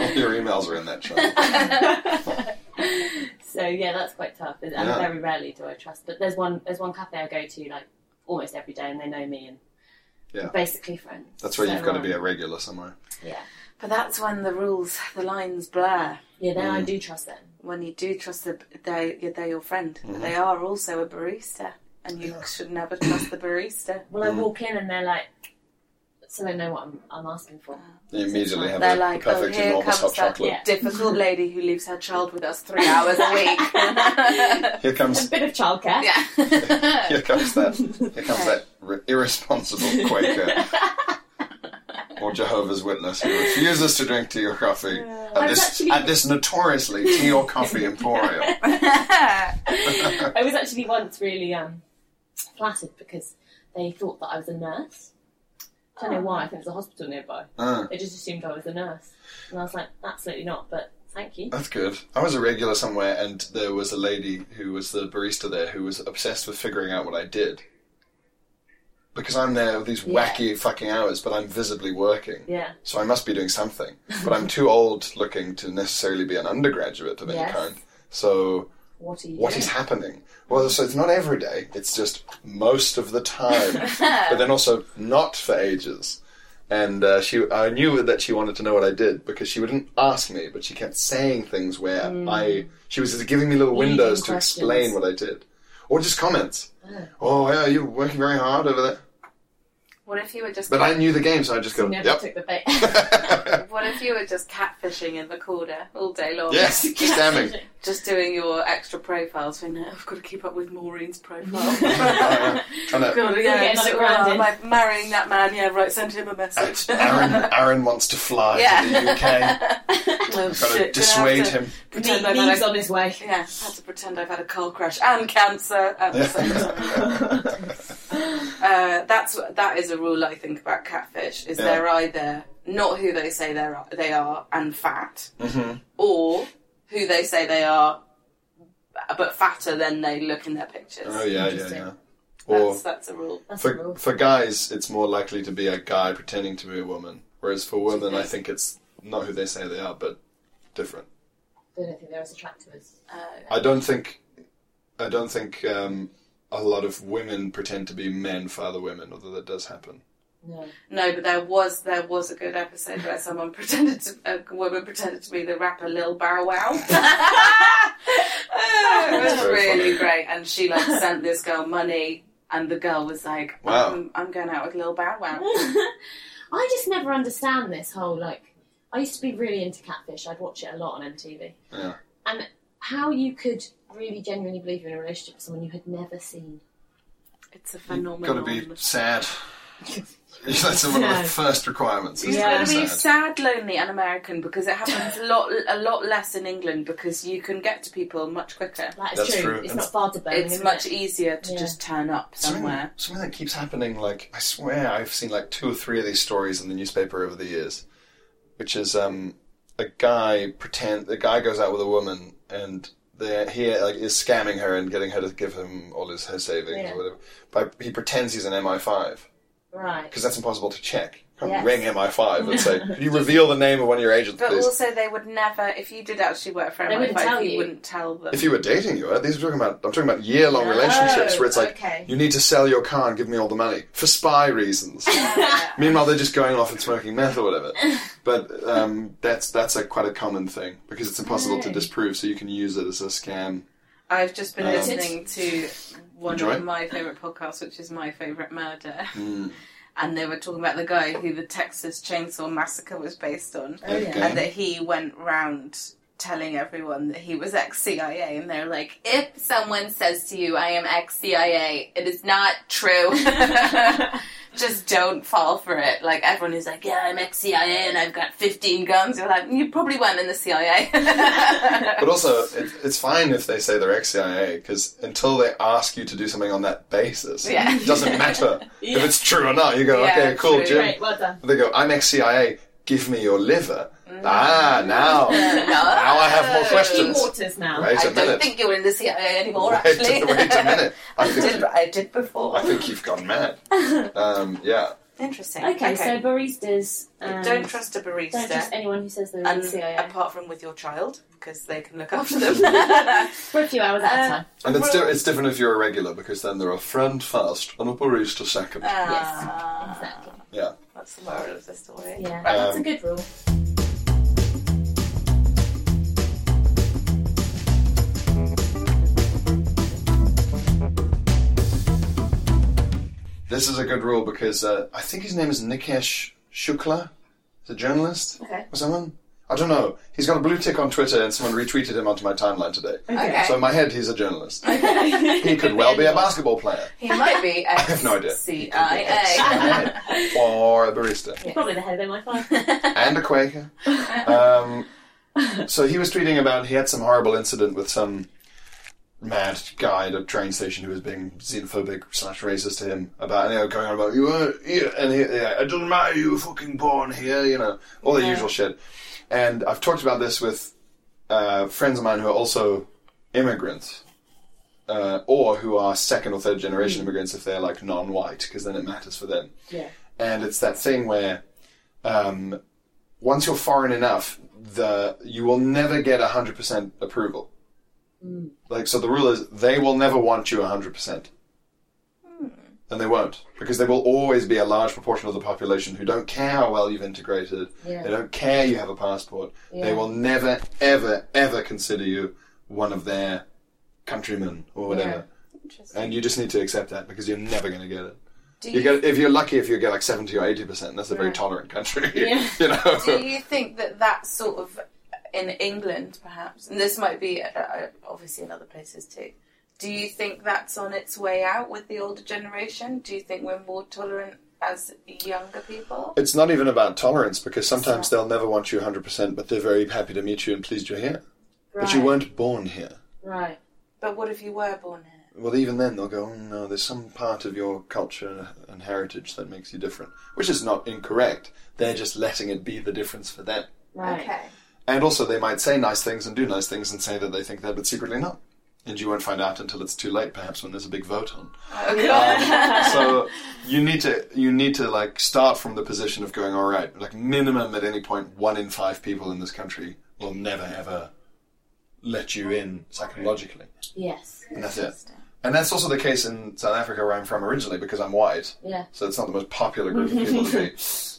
Speaker 1: Yeah.
Speaker 2: All your emails are in that chart.
Speaker 4: So yeah, that's quite tough. And
Speaker 2: Yeah.
Speaker 4: very rarely do I trust. But there's one there's one cafe I go to like almost every day, and they know me and
Speaker 2: Yeah.
Speaker 4: we're basically friends.
Speaker 2: That's where
Speaker 4: So,
Speaker 2: you've got to be
Speaker 4: um,
Speaker 2: a regular somewhere.
Speaker 1: but that's when the rules, the lines blur.
Speaker 4: Yeah, then
Speaker 2: Mm.
Speaker 4: I do trust them.
Speaker 1: When you do trust the, they, they're your friend.
Speaker 2: Mm-hmm.
Speaker 1: But They are also a barista, and you should never trust the barista.
Speaker 4: Well,
Speaker 2: Mm.
Speaker 4: I walk in and they're like, so they know what I'm, I'm asking for.
Speaker 2: You immediately have
Speaker 1: They're
Speaker 2: a
Speaker 1: like, oh,
Speaker 2: perfect
Speaker 1: here
Speaker 2: enormous
Speaker 1: comes
Speaker 2: hot
Speaker 1: that
Speaker 2: chocolate.
Speaker 4: Yeah.
Speaker 1: difficult lady who leaves her child with us three hours a week.
Speaker 2: Here
Speaker 4: A
Speaker 2: comes,
Speaker 4: bit of childcare.
Speaker 1: yeah.
Speaker 2: here comes that, here comes that r- irresponsible Quaker or Jehovah's Witness who refuses to drink tea or coffee at
Speaker 4: I've
Speaker 2: this
Speaker 4: actually-
Speaker 2: at this notoriously tea or coffee emporium.
Speaker 4: I was actually once really um, flattered because they thought that I was a nurse. I don't know why. I think there's a hospital nearby.
Speaker 2: Ah,
Speaker 4: They just assumed I was a nurse, and I was like, absolutely not. But thank you.
Speaker 2: that's good. I was a regular somewhere, and there was a lady who was the barista there who was obsessed with figuring out what I did. Because I'm there with these
Speaker 4: Yeah.
Speaker 2: wacky fucking hours, but I'm visibly working.
Speaker 4: Yeah.
Speaker 2: so I must be doing something. But I'm too old looking to necessarily be an undergraduate of any
Speaker 4: Yes.
Speaker 2: kind. So
Speaker 4: What are you?
Speaker 2: what
Speaker 4: doing?
Speaker 2: is happening? Well, so it's not every day. It's just most of the time, but then also not for ages. And uh, she, I knew that she wanted to know what I did because she wouldn't ask me, but she kept saying things where I, she was just giving me little
Speaker 4: Leading
Speaker 2: windows to
Speaker 4: questions.
Speaker 2: explain what I did, or just comments. Oh, yeah, you're working very hard over there.
Speaker 1: What if you were just
Speaker 2: But I knew the game, so I just
Speaker 3: So
Speaker 2: go,
Speaker 3: you never
Speaker 2: yep.
Speaker 3: took the bait.
Speaker 1: what if you were just catfishing in the corner all day long?
Speaker 2: yes, stamming.
Speaker 1: Just doing your extra profiles. Saying, "No, I've got to keep up with Maureen's profile.
Speaker 2: Trying to-
Speaker 1: God,
Speaker 3: Yeah,
Speaker 1: yeah,
Speaker 3: not
Speaker 1: so,
Speaker 3: grounded.
Speaker 1: oh, am I marrying that man? Yeah, right. Send him a message.
Speaker 2: Aaron, Aaron wants to fly to the UK.
Speaker 1: Oh,
Speaker 2: I've got to
Speaker 1: shit,
Speaker 2: dissuade
Speaker 1: gonna have to
Speaker 2: him.
Speaker 1: Pretend
Speaker 3: Me-
Speaker 1: I've had
Speaker 3: me's
Speaker 1: a,
Speaker 3: on his way.
Speaker 1: yeah, had to pretend I've had a car crash and cancer. At the same time. Uh, that's that is a rule I think about catfish. Is
Speaker 2: Yeah.
Speaker 1: they're either not who they say they are, they are, and fat,
Speaker 2: Mhm.
Speaker 1: or who they say they are, but fatter than they look in their pictures.
Speaker 2: Oh yeah, yeah,
Speaker 4: Interesting.
Speaker 2: yeah. Or
Speaker 1: That's that's a rule.
Speaker 4: That's the
Speaker 2: for
Speaker 4: rule.
Speaker 2: for guys, it's more likely to be a guy pretending to be a woman, whereas for women, I think it's not who they say they are, but different.
Speaker 4: They don't think they're as attractive as.
Speaker 1: Uh,
Speaker 2: I don't think, I don't think um, a lot of women pretend to be men for other women, although that does happen.
Speaker 4: No.
Speaker 1: no, but there was there was a good episode where someone pretended to a woman pretended to be the rapper Lil Bow Wow. Oh, it was
Speaker 2: That's very
Speaker 1: really
Speaker 2: funny.
Speaker 1: great, and she like sent this girl money, and the girl was like,
Speaker 2: Wow.
Speaker 1: "I'm, I'm going out with Lil Bow Wow."
Speaker 4: I just never understand this whole like. I used to be really into catfish. I'd watch it a lot on MTV.
Speaker 2: Yeah.
Speaker 4: And how you could really genuinely believe you're in a relationship with someone you had never seen.
Speaker 1: It's a
Speaker 2: Got to
Speaker 1: phenomenon.
Speaker 2: be sad. That's one of
Speaker 4: No.
Speaker 2: the first requirements. Is
Speaker 1: It's
Speaker 2: yeah.
Speaker 1: going to be sad, lonely, and American because it happens a lot, a lot less in England because you can get to people much quicker.
Speaker 4: That is
Speaker 2: That's
Speaker 4: true.
Speaker 2: true.
Speaker 4: It's
Speaker 2: That's-
Speaker 4: not far to burn.
Speaker 1: It's much
Speaker 3: e-
Speaker 1: easier to
Speaker 4: Yeah.
Speaker 1: just turn up
Speaker 2: Something,
Speaker 1: somewhere.
Speaker 2: something that keeps happening, like, I swear I've seen like two or three of these stories in the newspaper over the years, which is um, a guy pretend the guy goes out with a woman and they, he like is scamming her and getting her to give him all his her savings
Speaker 4: Yeah.
Speaker 2: or whatever. But he pretends he's an MI5
Speaker 4: Right.
Speaker 2: because that's impossible to check. You can't
Speaker 4: Yes.
Speaker 2: ring MI5 and say, "Could you reveal the name of one of your agents,
Speaker 1: But
Speaker 2: please?"
Speaker 1: also, they would never, if you did actually work for
Speaker 4: They wouldn't tell
Speaker 1: MI5, you,
Speaker 4: you.
Speaker 1: wouldn't tell them.
Speaker 2: If you were dating, you were. These are talking about. I'm talking about year long
Speaker 4: Oh,
Speaker 2: relationships where it's like,
Speaker 4: okay.
Speaker 2: you need to sell your car and give me all the money for spy reasons.
Speaker 1: Yeah.
Speaker 2: Meanwhile, they're just going off and smoking meth or whatever. But um, that's that's a quite a common thing because it's impossible to
Speaker 4: Right.
Speaker 2: disprove, so you can use it as a scam.
Speaker 1: I've just been
Speaker 2: Um,
Speaker 1: listening to one
Speaker 2: Enjoy.
Speaker 1: of my favourite podcasts, which is My Favourite Murder,
Speaker 2: Mm.
Speaker 1: and they were talking about the guy who the Texas Chainsaw Massacre was based on.
Speaker 4: Oh, yeah.
Speaker 2: Okay.
Speaker 1: and that he went round telling everyone that he was ex CIA, and they're like, if someone says to you, I am ex CIA, it is not true. Just don't fall for it. Like, everyone is like, yeah, I'm ex CIA and I've got 15 guns. You're like, you probably weren't in the CIA.
Speaker 2: But also, it, it's fine if they say they're ex CIA because until they ask you to do something on that basis,
Speaker 1: Yeah.
Speaker 2: it doesn't matter
Speaker 3: Yeah.
Speaker 2: if it's true or not. You go,
Speaker 1: Yeah,
Speaker 2: okay, cool,
Speaker 1: true.
Speaker 2: Jim.
Speaker 3: Great, well done.
Speaker 2: They go, I'm ex CIA. Give me your liver. Ah,
Speaker 1: Mm.
Speaker 2: now,
Speaker 1: No.
Speaker 2: now I have more
Speaker 1: No.
Speaker 3: Key
Speaker 2: questions.
Speaker 3: waters now.
Speaker 2: Wait
Speaker 1: I
Speaker 2: a
Speaker 1: don't
Speaker 2: minute.
Speaker 1: think you're in the CIA anymore,
Speaker 2: wait,
Speaker 1: actually.
Speaker 2: a- wait a minute. I
Speaker 1: I
Speaker 2: think,
Speaker 1: did,
Speaker 2: you,
Speaker 1: I did before.
Speaker 2: I think you've gone mad. Um, yeah.
Speaker 1: Interesting.
Speaker 4: Okay, so baristas. Um,
Speaker 1: don't trust a barista.
Speaker 4: Don't trust anyone who says they're in
Speaker 1: and uh,
Speaker 4: the CIA
Speaker 1: apart from with your child because they can look after them.
Speaker 4: for a few hours
Speaker 1: uh,
Speaker 4: at a time.
Speaker 2: And it's, di- it's different if you're a regular because then they're a friend first and a barista second.
Speaker 1: Ah,
Speaker 4: Exactly.
Speaker 1: That's the moral of the story.
Speaker 4: Yeah,
Speaker 2: Um,
Speaker 4: that's a good rule.
Speaker 2: This is a good rule because uh, I think his name is Nikesh Shukla. He's a journalist
Speaker 4: Okay.
Speaker 2: or someone. I don't know. He's got a blue tick on Twitter and someone retweeted him onto my timeline today.
Speaker 1: Okay.
Speaker 2: So in my head, he's a journalist. He
Speaker 3: he
Speaker 2: could well be a basketball player
Speaker 1: He might be ex-
Speaker 2: have no idea.
Speaker 1: CIA.
Speaker 2: or a barista.
Speaker 4: He's probably the head of my five.
Speaker 2: and a Quaker. Um, so he was tweeting about he had some horrible incident with some mad guy at a train station who was being xenophobic slash racist to him about and they were going on about you were yeah, and he, yeah, it doesn't matter you were fucking born here you know all the
Speaker 1: Yeah.
Speaker 2: usual shit and I've talked about this with uh, friends of mine who are also immigrants uh, or who are second or third generation immigrants if they're like non-white because then it matters for them
Speaker 4: Yeah.
Speaker 2: and it's that thing where um, once you're foreign enough, the you will never get hundred percent approval.
Speaker 4: Hmm.
Speaker 2: Like so, the rule is they will never want you hundred percent,
Speaker 4: Hmm.
Speaker 2: and they won't because there will always be a large proportion of the population who don't care how well you've integrated.
Speaker 4: Yeah.
Speaker 2: They don't care you have a passport.
Speaker 4: Yeah.
Speaker 2: They will never, ever, ever consider you one of their countrymen or whatever.
Speaker 1: Interesting.
Speaker 2: And you just need to accept that because you're never going to get it.
Speaker 1: Do
Speaker 2: You get if you're lucky if you get like seventy or eighty percent. That's a very
Speaker 3: Right.
Speaker 2: tolerant country.
Speaker 3: Yeah.
Speaker 2: you know.
Speaker 1: Do you think that that sort of in England, perhaps, and this might be uh, uh, obviously in other places too, do you think that's on its way out with the older generation? Do you think we're more tolerant as younger people?
Speaker 2: It's not even about tolerance because sometimes they'll never want you 100%, but they're very happy to meet you and pleased you're here. But you
Speaker 3: Right.
Speaker 2: weren't born here.
Speaker 3: Right.
Speaker 1: But what if you were born here?
Speaker 2: Well, even then they'll go, oh, no, there's some part of your culture and heritage that makes you different, which is not incorrect. They're just letting it be the difference for them.
Speaker 3: Right.
Speaker 1: Okay.
Speaker 2: And also, they might say nice things and do nice things and say that they think that, but secretly not. And you won't find out until it's too late, perhaps, when there's a big vote on.
Speaker 1: Oh,
Speaker 2: Um,
Speaker 1: God.
Speaker 2: so you need to you need to like start from the position of going all right like minimum at any point one in five people in this country will never ever let you in psychologically
Speaker 4: Yes.
Speaker 2: and that's it and that's also the case in south africa where i'm from originally because i'm white
Speaker 4: Yeah.
Speaker 2: so it's not the most popular group of people to be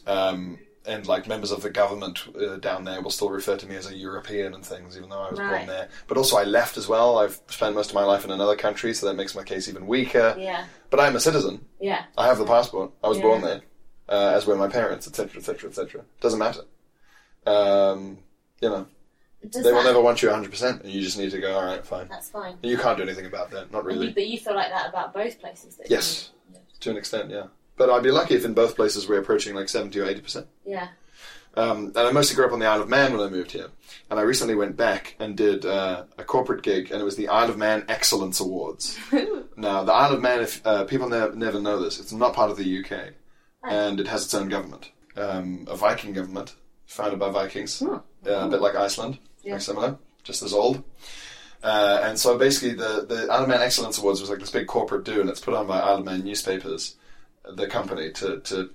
Speaker 2: um, and like members of the government uh, down there will still refer to me as a european and things even though i was born
Speaker 4: Right.
Speaker 2: there but also i left as well i've spent most of my life in another country so that makes my case even weaker
Speaker 4: Yeah.
Speaker 2: but i'm a citizen
Speaker 4: Yeah.
Speaker 2: I have the passport. I was
Speaker 4: Yeah.
Speaker 2: born there, uh, as were my parents, etc., etc., etc. Doesn't matter. Um, you know,
Speaker 4: Does
Speaker 2: they will
Speaker 4: that,
Speaker 2: never want you 100%, and you just need to go, all right, fine.
Speaker 4: That's fine.
Speaker 2: You can't do anything about that, not
Speaker 4: And you-
Speaker 2: really.
Speaker 4: but you feel like that about both places. That
Speaker 2: Yes, to an extent, yeah. But I'd be lucky if in both places we're approaching like 70 or 80%.
Speaker 4: You, yeah.
Speaker 2: Um, and I mostly grew up on the Isle of Man when I moved here. And I recently went back and did uh, a corporate gig, and it was the Isle of Man Excellence Awards. now, the Isle of Man, if uh, people ne- never know this, it's not part of the UK, and it has its own government, um, a Viking government founded by Vikings,
Speaker 4: Hmm.
Speaker 2: uh, a bit like Iceland, like similar, just as old. Uh, and so basically, the, the Isle of Man Excellence Awards was like this big corporate do, and it's put on by Isle of Man newspapers, the company, to, to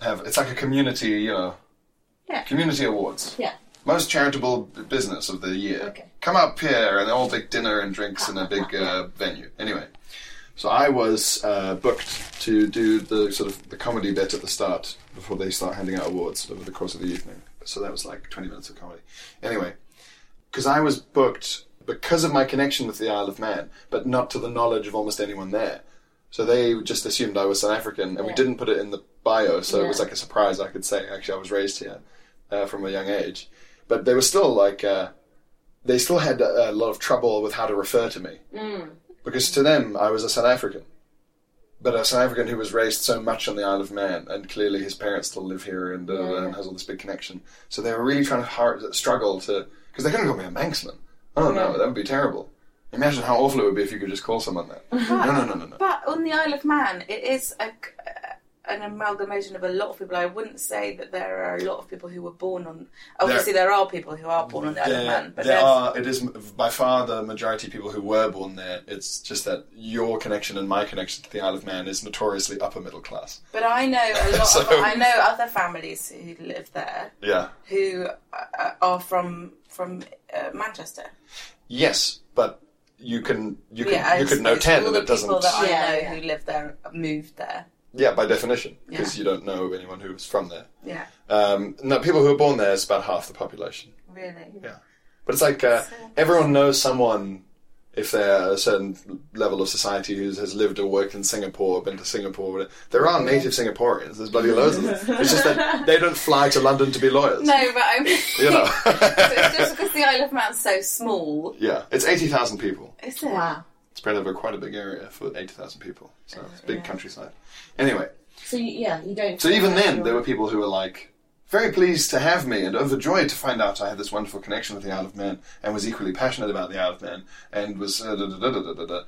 Speaker 2: have it's like a community, you know,
Speaker 1: Yeah.
Speaker 2: community awards.
Speaker 4: Yeah.
Speaker 2: Most charitable b- business of the year.
Speaker 4: Okay.
Speaker 2: Come up here, and they're all big dinner and drinks in a big uh, venue. Anyway, so I was uh, booked to do the sort of the comedy bit at the start before they start handing out awards over the course of the evening. So that was like 20 minutes of comedy. Anyway, because I was booked because of my connection with the Isle of Man, but not to the knowledge of almost anyone there. So they just assumed I was South African, and we didn't put it in the bio, so it was like a surprise. I could say actually I was raised here uh, from a young age, but they were still like uh, they still had a, a lot of trouble with how to refer to me
Speaker 4: Mm.
Speaker 2: because to them I was a South African, but a South African who was raised so much on the Isle of Man, and clearly his parents still live here and, uh, and has all this big connection. So they were really trying to hard, struggle to because they couldn't call me a Manxman. Oh no, that would be terrible. Imagine how awful it would be if you could just call someone that. no, no, no, no, no.
Speaker 1: But on the Isle of Man, it is a, uh, an amalgamation of a lot of people. I wouldn't say that there are a lot of people who were born on. Obviously, there, are people who are born on the Isle of Man, but
Speaker 2: there
Speaker 1: there's-
Speaker 2: are. It is by far the majority of people who were born there. It's just that your connection and my connection to the Isle of Man is notoriously upper middle class.
Speaker 1: But I know a lot.
Speaker 2: So-
Speaker 1: of, I know other families who live there
Speaker 2: Yeah.
Speaker 1: who uh, are from from uh, Manchester.
Speaker 2: Yes, but you can you can
Speaker 1: yeah,
Speaker 2: you
Speaker 1: it's-
Speaker 2: could
Speaker 1: it's
Speaker 2: know ten,
Speaker 1: all
Speaker 2: and
Speaker 1: the
Speaker 2: it doesn't.
Speaker 1: people that I
Speaker 4: Yeah,
Speaker 1: know
Speaker 4: yeah.
Speaker 1: who live there moved there.
Speaker 2: Yeah, by definition, because you don't know anyone who's from there.
Speaker 1: Yeah,
Speaker 2: Um, no, people who are born there is about half the population.
Speaker 1: really.
Speaker 2: But it's like uh, everyone knows someone if they're a certain level of society who has lived or worked in Singapore, been to Singapore. whatever. There are native Singaporeans. There's bloody loads of them. It's just that they don't fly to London to be lawyers.
Speaker 1: No, but I'm.
Speaker 2: You know.
Speaker 1: so it's just because the Isle of Man's so small,
Speaker 2: yeah, it's eighty thousand people.
Speaker 1: is it?
Speaker 4: Wow.
Speaker 2: Spread over quite a big area for eighty thousand people. So it's a big countryside. Anyway,
Speaker 4: So you, yeah, you don't.
Speaker 2: So even then, there were people who were like very pleased to have me and overjoyed to find out I had this wonderful connection with the Isle of Man and was equally passionate about the Isle of Man and was uh, da, da, da, da, da, da, da.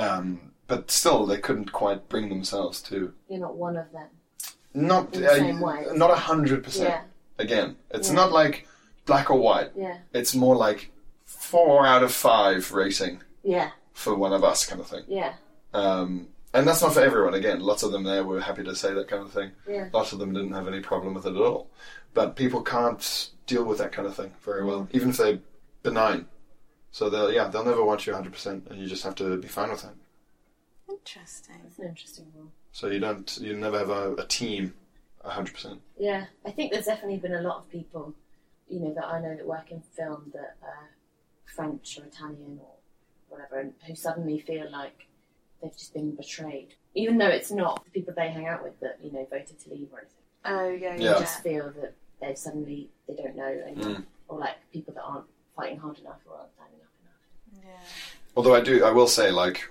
Speaker 2: Um, but still they couldn't quite bring themselves to
Speaker 4: You're not one of them.
Speaker 2: not
Speaker 4: the same
Speaker 2: uh,
Speaker 4: way.
Speaker 2: not a hundred percent.
Speaker 4: Yeah.
Speaker 2: Again, it's not like black or white.
Speaker 4: Yeah.
Speaker 2: It's more like four out of five rating
Speaker 4: Yeah.
Speaker 2: for one of us kind of thing.
Speaker 4: Yeah.
Speaker 2: Um, and that's not for everyone. Again, lots of them there were happy to say that kind of thing.
Speaker 4: Yeah.
Speaker 2: Lots of them didn't have any problem with it at all. But people can't deal with that kind of thing very well, even if they're benign. So they'll yeah they'll never want you 100%, and you just have to be fine with that.
Speaker 1: Interesting.
Speaker 4: It's an interesting one.
Speaker 2: So you don't you never have a, a team 100%.
Speaker 4: Yeah, I think there's definitely been a lot of people, you know, that I know that work in film that are French or Italian or whatever, and who suddenly feel like they've just been betrayed. Even though it's not the people they hang out with that, you know, voted to leave or anything.
Speaker 1: Oh yeah,
Speaker 2: Yeah. Mm.
Speaker 4: They just feel that they suddenly, they don't know anyone. Or like people that aren't fighting hard enough or aren't standing up enough.
Speaker 2: Although I do, I will say, like,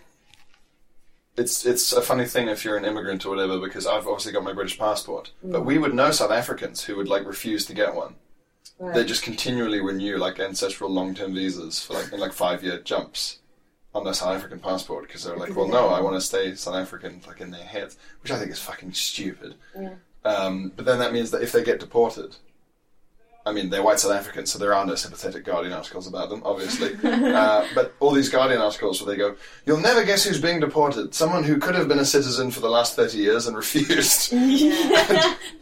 Speaker 2: it's it's a funny thing if you're an immigrant or whatever, because I've obviously got my British passport, but we would know South Africans who would like refuse to get one.
Speaker 4: Right.
Speaker 2: They just continually renew like ancestral long-term visas for like in like five-year jumps on their South African passport because they're like, well, no, I want to stay South African, like in their heads, which I think is fucking stupid.
Speaker 4: Yeah.
Speaker 2: Um, but then that means that if they get deported, I mean, they're white South Africans, so there are no sympathetic Guardian articles about them, obviously. uh, but all these Guardian articles where they go, you'll never guess who's being deported. Someone who could have been a citizen for the last 30 years and refused. and,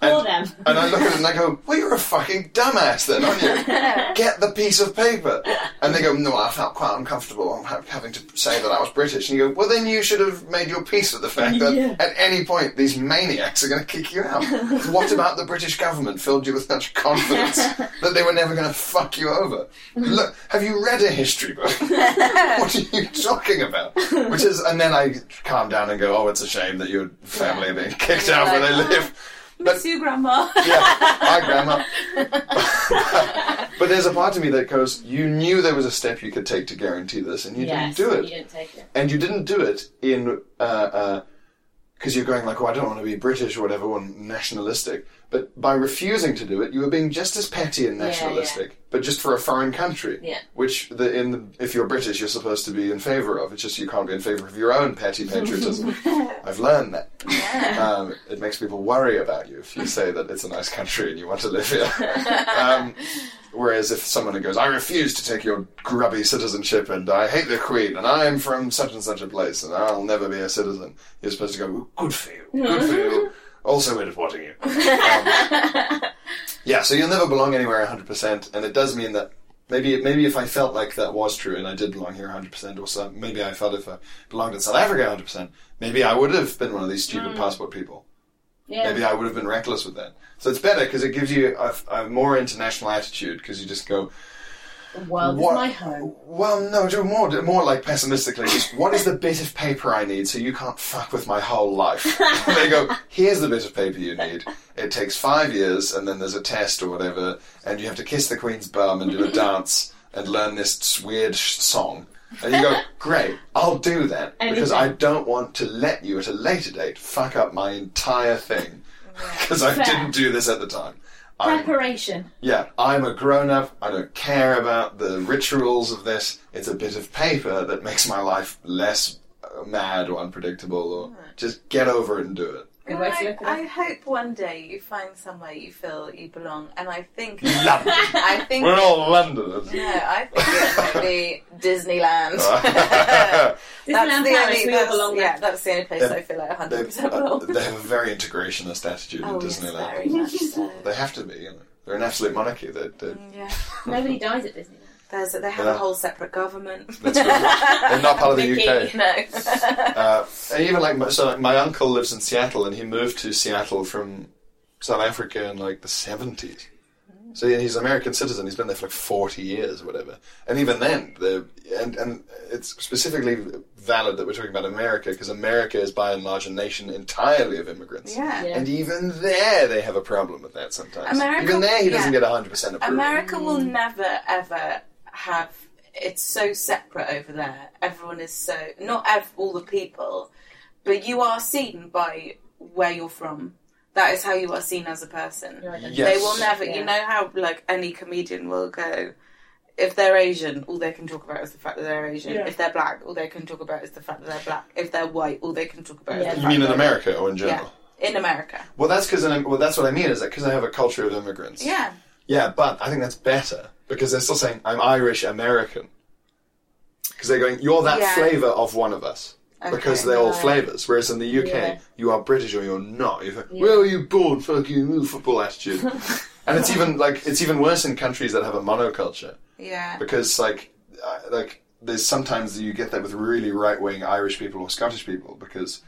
Speaker 3: For them.
Speaker 2: I look at it and I go, well, you're a fucking dumbass then, aren't you? Get the piece of paper. And they go, no, I felt quite uncomfortable on ha- having to say that I was British. And you go, well, then you should have made your peace with the fact that
Speaker 3: Yeah.
Speaker 2: at any point these maniacs are going to kick you out. what about the British government filled you with such confidence that they were never going to fuck you over? Look, have you read a history book? what are you talking about? Which is, and then I calm down and go, oh, it's a shame that your family are being kicked out where they
Speaker 1: like,
Speaker 2: live. But-
Speaker 1: you, Grandma.
Speaker 2: Yeah, hi, Grandma. but there's a part of me that goes, you knew there was a step you could take to guarantee this, and you
Speaker 4: Yes,
Speaker 2: didn't do
Speaker 4: You
Speaker 2: it.
Speaker 4: didn't take it.
Speaker 2: And you didn't do it in, because uh, uh 'cause you're going like, oh, I don't want to be British or whatever, or nationalistic. But by refusing to do it, you were being just as petty and
Speaker 4: yeah.
Speaker 2: nationalistic, but just for a foreign country.
Speaker 4: Yeah.
Speaker 2: Which, the, in the, if you're British, you're supposed to be in favour of. It's just you can't be in favour of your own petty patriotism. I've learned that um, it makes people worry about you if you say that it's a nice country and you want to live here. um, whereas if someone who goes, I refuse to take your grubby citizenship and I hate the Queen and I'm from such and such a place and I'll never be a citizen, you're supposed to go, good for you, good for you. Also, we're deporting you. Um, yeah, so you'll never belong anywhere 100%, and it does mean that Maybe maybe if I felt like that was true and I did belong here 100%, or so, maybe I felt if I belonged in South Africa 100%, maybe I would have been one of these stupid passport people.
Speaker 4: Yeah.
Speaker 2: Maybe I would have been reckless with that. So it's better because it gives you a, a more international attitude because you just go,
Speaker 4: The world is
Speaker 2: What-
Speaker 4: my home.
Speaker 2: well, no, do more, do more like pessimistically, just what is the bit of paper I need so you can't fuck with my whole life? they go, here's the bit of paper you need. It takes five years, and then there's a test or whatever, and you have to kiss the queen's bum and do a dance and learn this weird sh- song. And you go, great, I'll do that because I don't want to let you at a later date fuck up my entire thing because I didn't do this at the time. I'm
Speaker 4: Preparation.
Speaker 2: yeah, I'm a grown up. I don't care about the rituals of this. It's a bit of paper that makes my life less uh, mad or unpredictable. Or just get over it and do it.
Speaker 3: Good way to
Speaker 1: I,
Speaker 3: look at
Speaker 1: I hope one day you find somewhere you feel you belong, and I think
Speaker 2: London.
Speaker 1: I think
Speaker 2: We're all Londoners.
Speaker 1: no, I think it would be Disneyland.
Speaker 3: it.
Speaker 1: that's
Speaker 3: Disneyland
Speaker 1: the
Speaker 3: Paris,
Speaker 1: only
Speaker 3: we all
Speaker 1: that's,
Speaker 3: belong
Speaker 1: yeah,
Speaker 3: there.
Speaker 1: that's the only place
Speaker 2: They've-
Speaker 1: I feel like 100
Speaker 2: They've,
Speaker 1: percent
Speaker 2: uh,
Speaker 1: belong.
Speaker 2: they have a very integrationist attitude in
Speaker 1: oh, yes, very
Speaker 2: Disneyland.
Speaker 1: much so. Mm,
Speaker 2: they have to be. You know, they're an absolute monarchy. They, they,
Speaker 1: Yeah,
Speaker 4: Nobody dies at Disneyland.
Speaker 1: There's, they have
Speaker 2: Yeah.
Speaker 1: a whole separate government.
Speaker 2: That's good. they're not part of the
Speaker 3: Mickey.
Speaker 2: UK.
Speaker 1: no.
Speaker 2: uh, and even like my, so like my uncle lives in Seattle and he moved to Seattle from South Africa in like the 70s. So yeah, he's an American citizen. He's been there for like 40 years or whatever. And even then, the and and it's specifically valid that we're talking about America because America is by and large a nation entirely of immigrants.
Speaker 1: yeah.
Speaker 4: Yeah.
Speaker 2: And even there, they have a problem with that sometimes.
Speaker 1: America-
Speaker 2: even there, he doesn't
Speaker 1: yeah.
Speaker 2: get 100% approval.
Speaker 1: America will never ever have. It's so separate over there. Everyone is so not ev- all the people, but you are seen by where you're from. That is how you are seen as a person.
Speaker 4: You're identified.
Speaker 2: Yes.
Speaker 1: They will never. You
Speaker 4: Yeah.
Speaker 1: know how like any comedian will go. If they're Asian, all they can talk about is the fact that they're Asian.
Speaker 3: Yeah.
Speaker 1: If they're black, all they can talk about is the fact that they're black. If they're white, all they can talk about is
Speaker 4: Yeah.
Speaker 1: the
Speaker 2: you
Speaker 1: fact
Speaker 2: mean in
Speaker 1: that-
Speaker 2: America or in general?
Speaker 1: in America.
Speaker 2: Well, that's because well, that's what I mean is that because I have a culture of immigrants.
Speaker 1: Yeah.
Speaker 2: Yeah, but I think that's better because they're still saying I'm Irish American. Because they're going, you're that
Speaker 1: Yeah.
Speaker 2: flavour of one of us. Because
Speaker 1: Okay.
Speaker 2: they're all
Speaker 4: Right.
Speaker 2: flavours. Whereas in the UK,
Speaker 4: Yeah.
Speaker 2: you are British or you're not. You're like, where were you born? Fuck you, ooh, football attitude. and it's even like it's even worse in countries that have a monoculture
Speaker 1: Yeah.
Speaker 2: because like uh, like there's sometimes you get that with really right wing Irish people or Scottish people because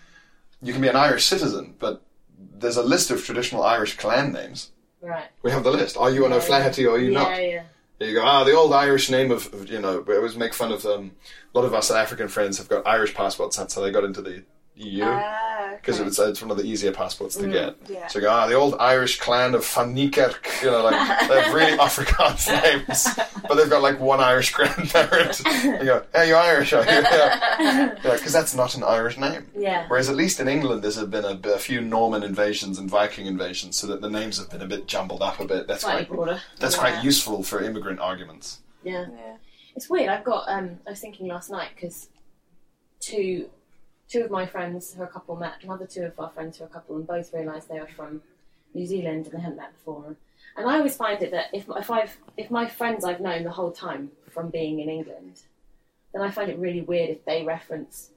Speaker 2: you can be an Irish citizen, but there's a list of traditional Irish clan names.
Speaker 4: Right.
Speaker 2: We have the list. Are you an O'Flaherty or are you
Speaker 4: yeah,
Speaker 2: not?
Speaker 4: yeah.
Speaker 2: You go, ah, the old Irish name of, of, you know, we always make fun of um, a lot of our South African friends have got Irish passports. That's how they got into the EU.
Speaker 1: Ah,
Speaker 2: because
Speaker 1: okay. Mm,
Speaker 2: it's, it's one of the easier passports to get.
Speaker 1: yeah.
Speaker 2: So you go, ah, the old Irish clan of Van Niekerk, you know, like, they have really Afrikaans names, but they've got like one Irish grandparent. you go, hey, you're Irish, are you? Yeah, because that's not an Irish name.
Speaker 4: Yeah.
Speaker 2: Whereas at least in England, there's been a, a few Norman invasions and Viking invasions, so that the names have been a bit jumbled up a bit. That's
Speaker 3: Slightly
Speaker 2: quite,
Speaker 3: broader.
Speaker 2: that's
Speaker 1: Yeah.
Speaker 2: quite useful for immigrant arguments.
Speaker 4: Yeah.
Speaker 1: Yeah.
Speaker 4: It's weird. I've got. Um, I was thinking last night because two two of my friends who are a couple met another two of our friends who are a couple, and both realised they were from New Zealand and they hadn't met before. And I always find it that if if I've if my friends I've known the whole time from being in England, then I find it really weird if they reference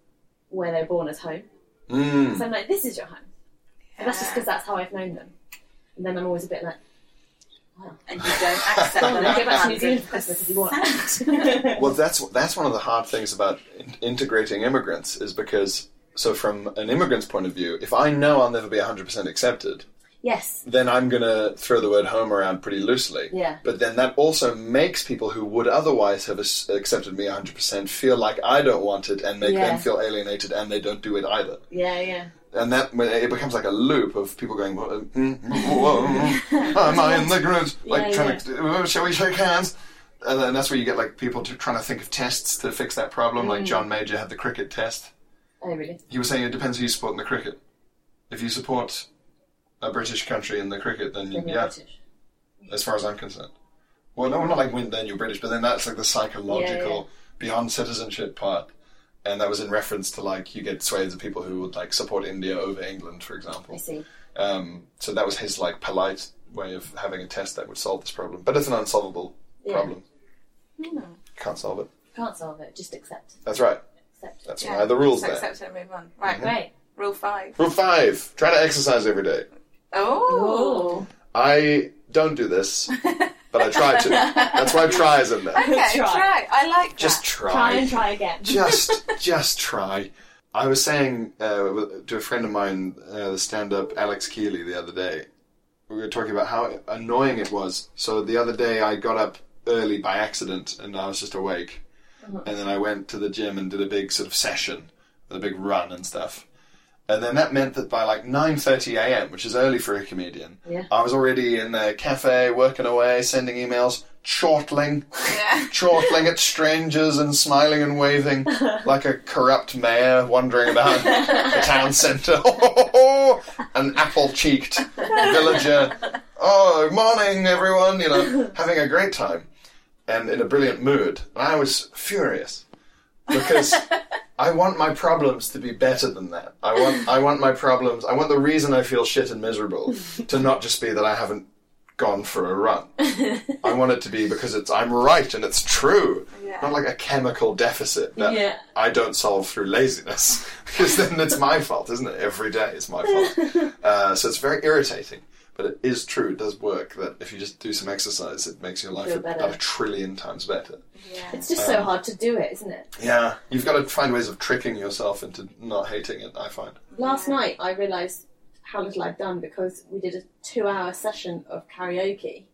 Speaker 4: where they're born as home.
Speaker 2: Mm.
Speaker 4: So I'm like, this is your home. But that's just because that's how I've known them. And then I'm always a bit like,
Speaker 1: and you don't accept
Speaker 4: oh,
Speaker 1: them.
Speaker 4: go back to New Zealand for Christmas if you
Speaker 1: 100%.
Speaker 4: want.
Speaker 2: Well, that's that's one of the hard things about in- integrating immigrants is because so from an immigrant's point of view, if I know I'll never be 100% accepted,
Speaker 4: yes.
Speaker 2: then I'm going to throw the word home around pretty loosely.
Speaker 4: Yeah.
Speaker 2: But then that also makes people who would otherwise have as- accepted me 100% feel like I don't want it and make
Speaker 4: Yeah.
Speaker 2: them feel alienated and they don't do it either.
Speaker 4: Yeah, yeah.
Speaker 2: And that when it becomes like a loop of people going, well, mm, whoa, mm, am I in the group? Like,
Speaker 4: Yeah,
Speaker 2: trying to, "Oh, shall we shake hands? And then that's where you get like people to, trying to think of tests to fix that problem.
Speaker 4: Mm.
Speaker 2: Like John Major had the cricket test.
Speaker 4: Oh, really?
Speaker 2: He was saying it depends who you support in the cricket. If you support a British country in the cricket, then, you,
Speaker 4: Then you're
Speaker 2: yeah,
Speaker 4: British.
Speaker 2: as far as I'm concerned. Well, no, not like when then you're British, but then that's like the psychological beyond citizenship part. And that was in reference to like you get swathes of people who would like support India over England, for
Speaker 4: I
Speaker 2: example.
Speaker 4: see.
Speaker 2: Um, so that was his like polite way of having a test that would solve this problem, but it's an unsolvable
Speaker 4: Yeah.
Speaker 2: problem. Can't solve it.
Speaker 4: Can't solve it. Just accept.
Speaker 2: That's right.
Speaker 4: Accept.
Speaker 2: That's
Speaker 1: Yeah,
Speaker 2: why the rules
Speaker 1: so
Speaker 2: there. Mm-hmm.
Speaker 1: Accept it and move on. Right,
Speaker 4: Great.
Speaker 1: rule five.
Speaker 2: Rule five: try to exercise every day.
Speaker 1: Oh,
Speaker 4: Oh,
Speaker 2: I don't do this, but I try to. That's why try is in there.
Speaker 1: okay, try.
Speaker 4: Try.
Speaker 1: I like that.
Speaker 2: Just
Speaker 4: try and try again.
Speaker 2: just just try. I was saying uh, to a friend of mine, uh, the stand-up Alex Keeley, the other day. We were talking about how annoying it was. So the other day, I got up early by accident, and I was just awake. And then I went to the gym and did a big sort of session, with a big run and stuff. And then that meant that by like 9:30 a.m., which is early for a comedian,
Speaker 4: Yeah.
Speaker 2: I was already in a cafe working away, sending emails, chortling
Speaker 1: yeah.
Speaker 2: chortling at strangers and smiling and waving like a corrupt mayor wandering about the town centre. An apple cheeked villager. Oh, morning, everyone, you know, having a great time and in a brilliant mood. And I was furious because. I want my problems to be better than that. I want I want my problems. I want the reason I feel shit and miserable to not just be that I haven't gone for a run. I want it to be because it's I'm right and it's true.
Speaker 1: Yeah.
Speaker 2: Not like a chemical deficit that
Speaker 4: Yeah.
Speaker 2: I don't solve through laziness because then it's my fault, isn't it? Every day is my fault. Uh, so it's very irritating. But it is true, it does work that if you just do some exercise, it makes your life
Speaker 4: Feel better.
Speaker 2: about a trillion times better.
Speaker 4: It's just so hard to do it, isn't it?
Speaker 2: Yeah, you've got to find ways of tricking yourself into not hating it. I find.
Speaker 4: Last night I realised how little I'd done because we did a two-hour session of karaoke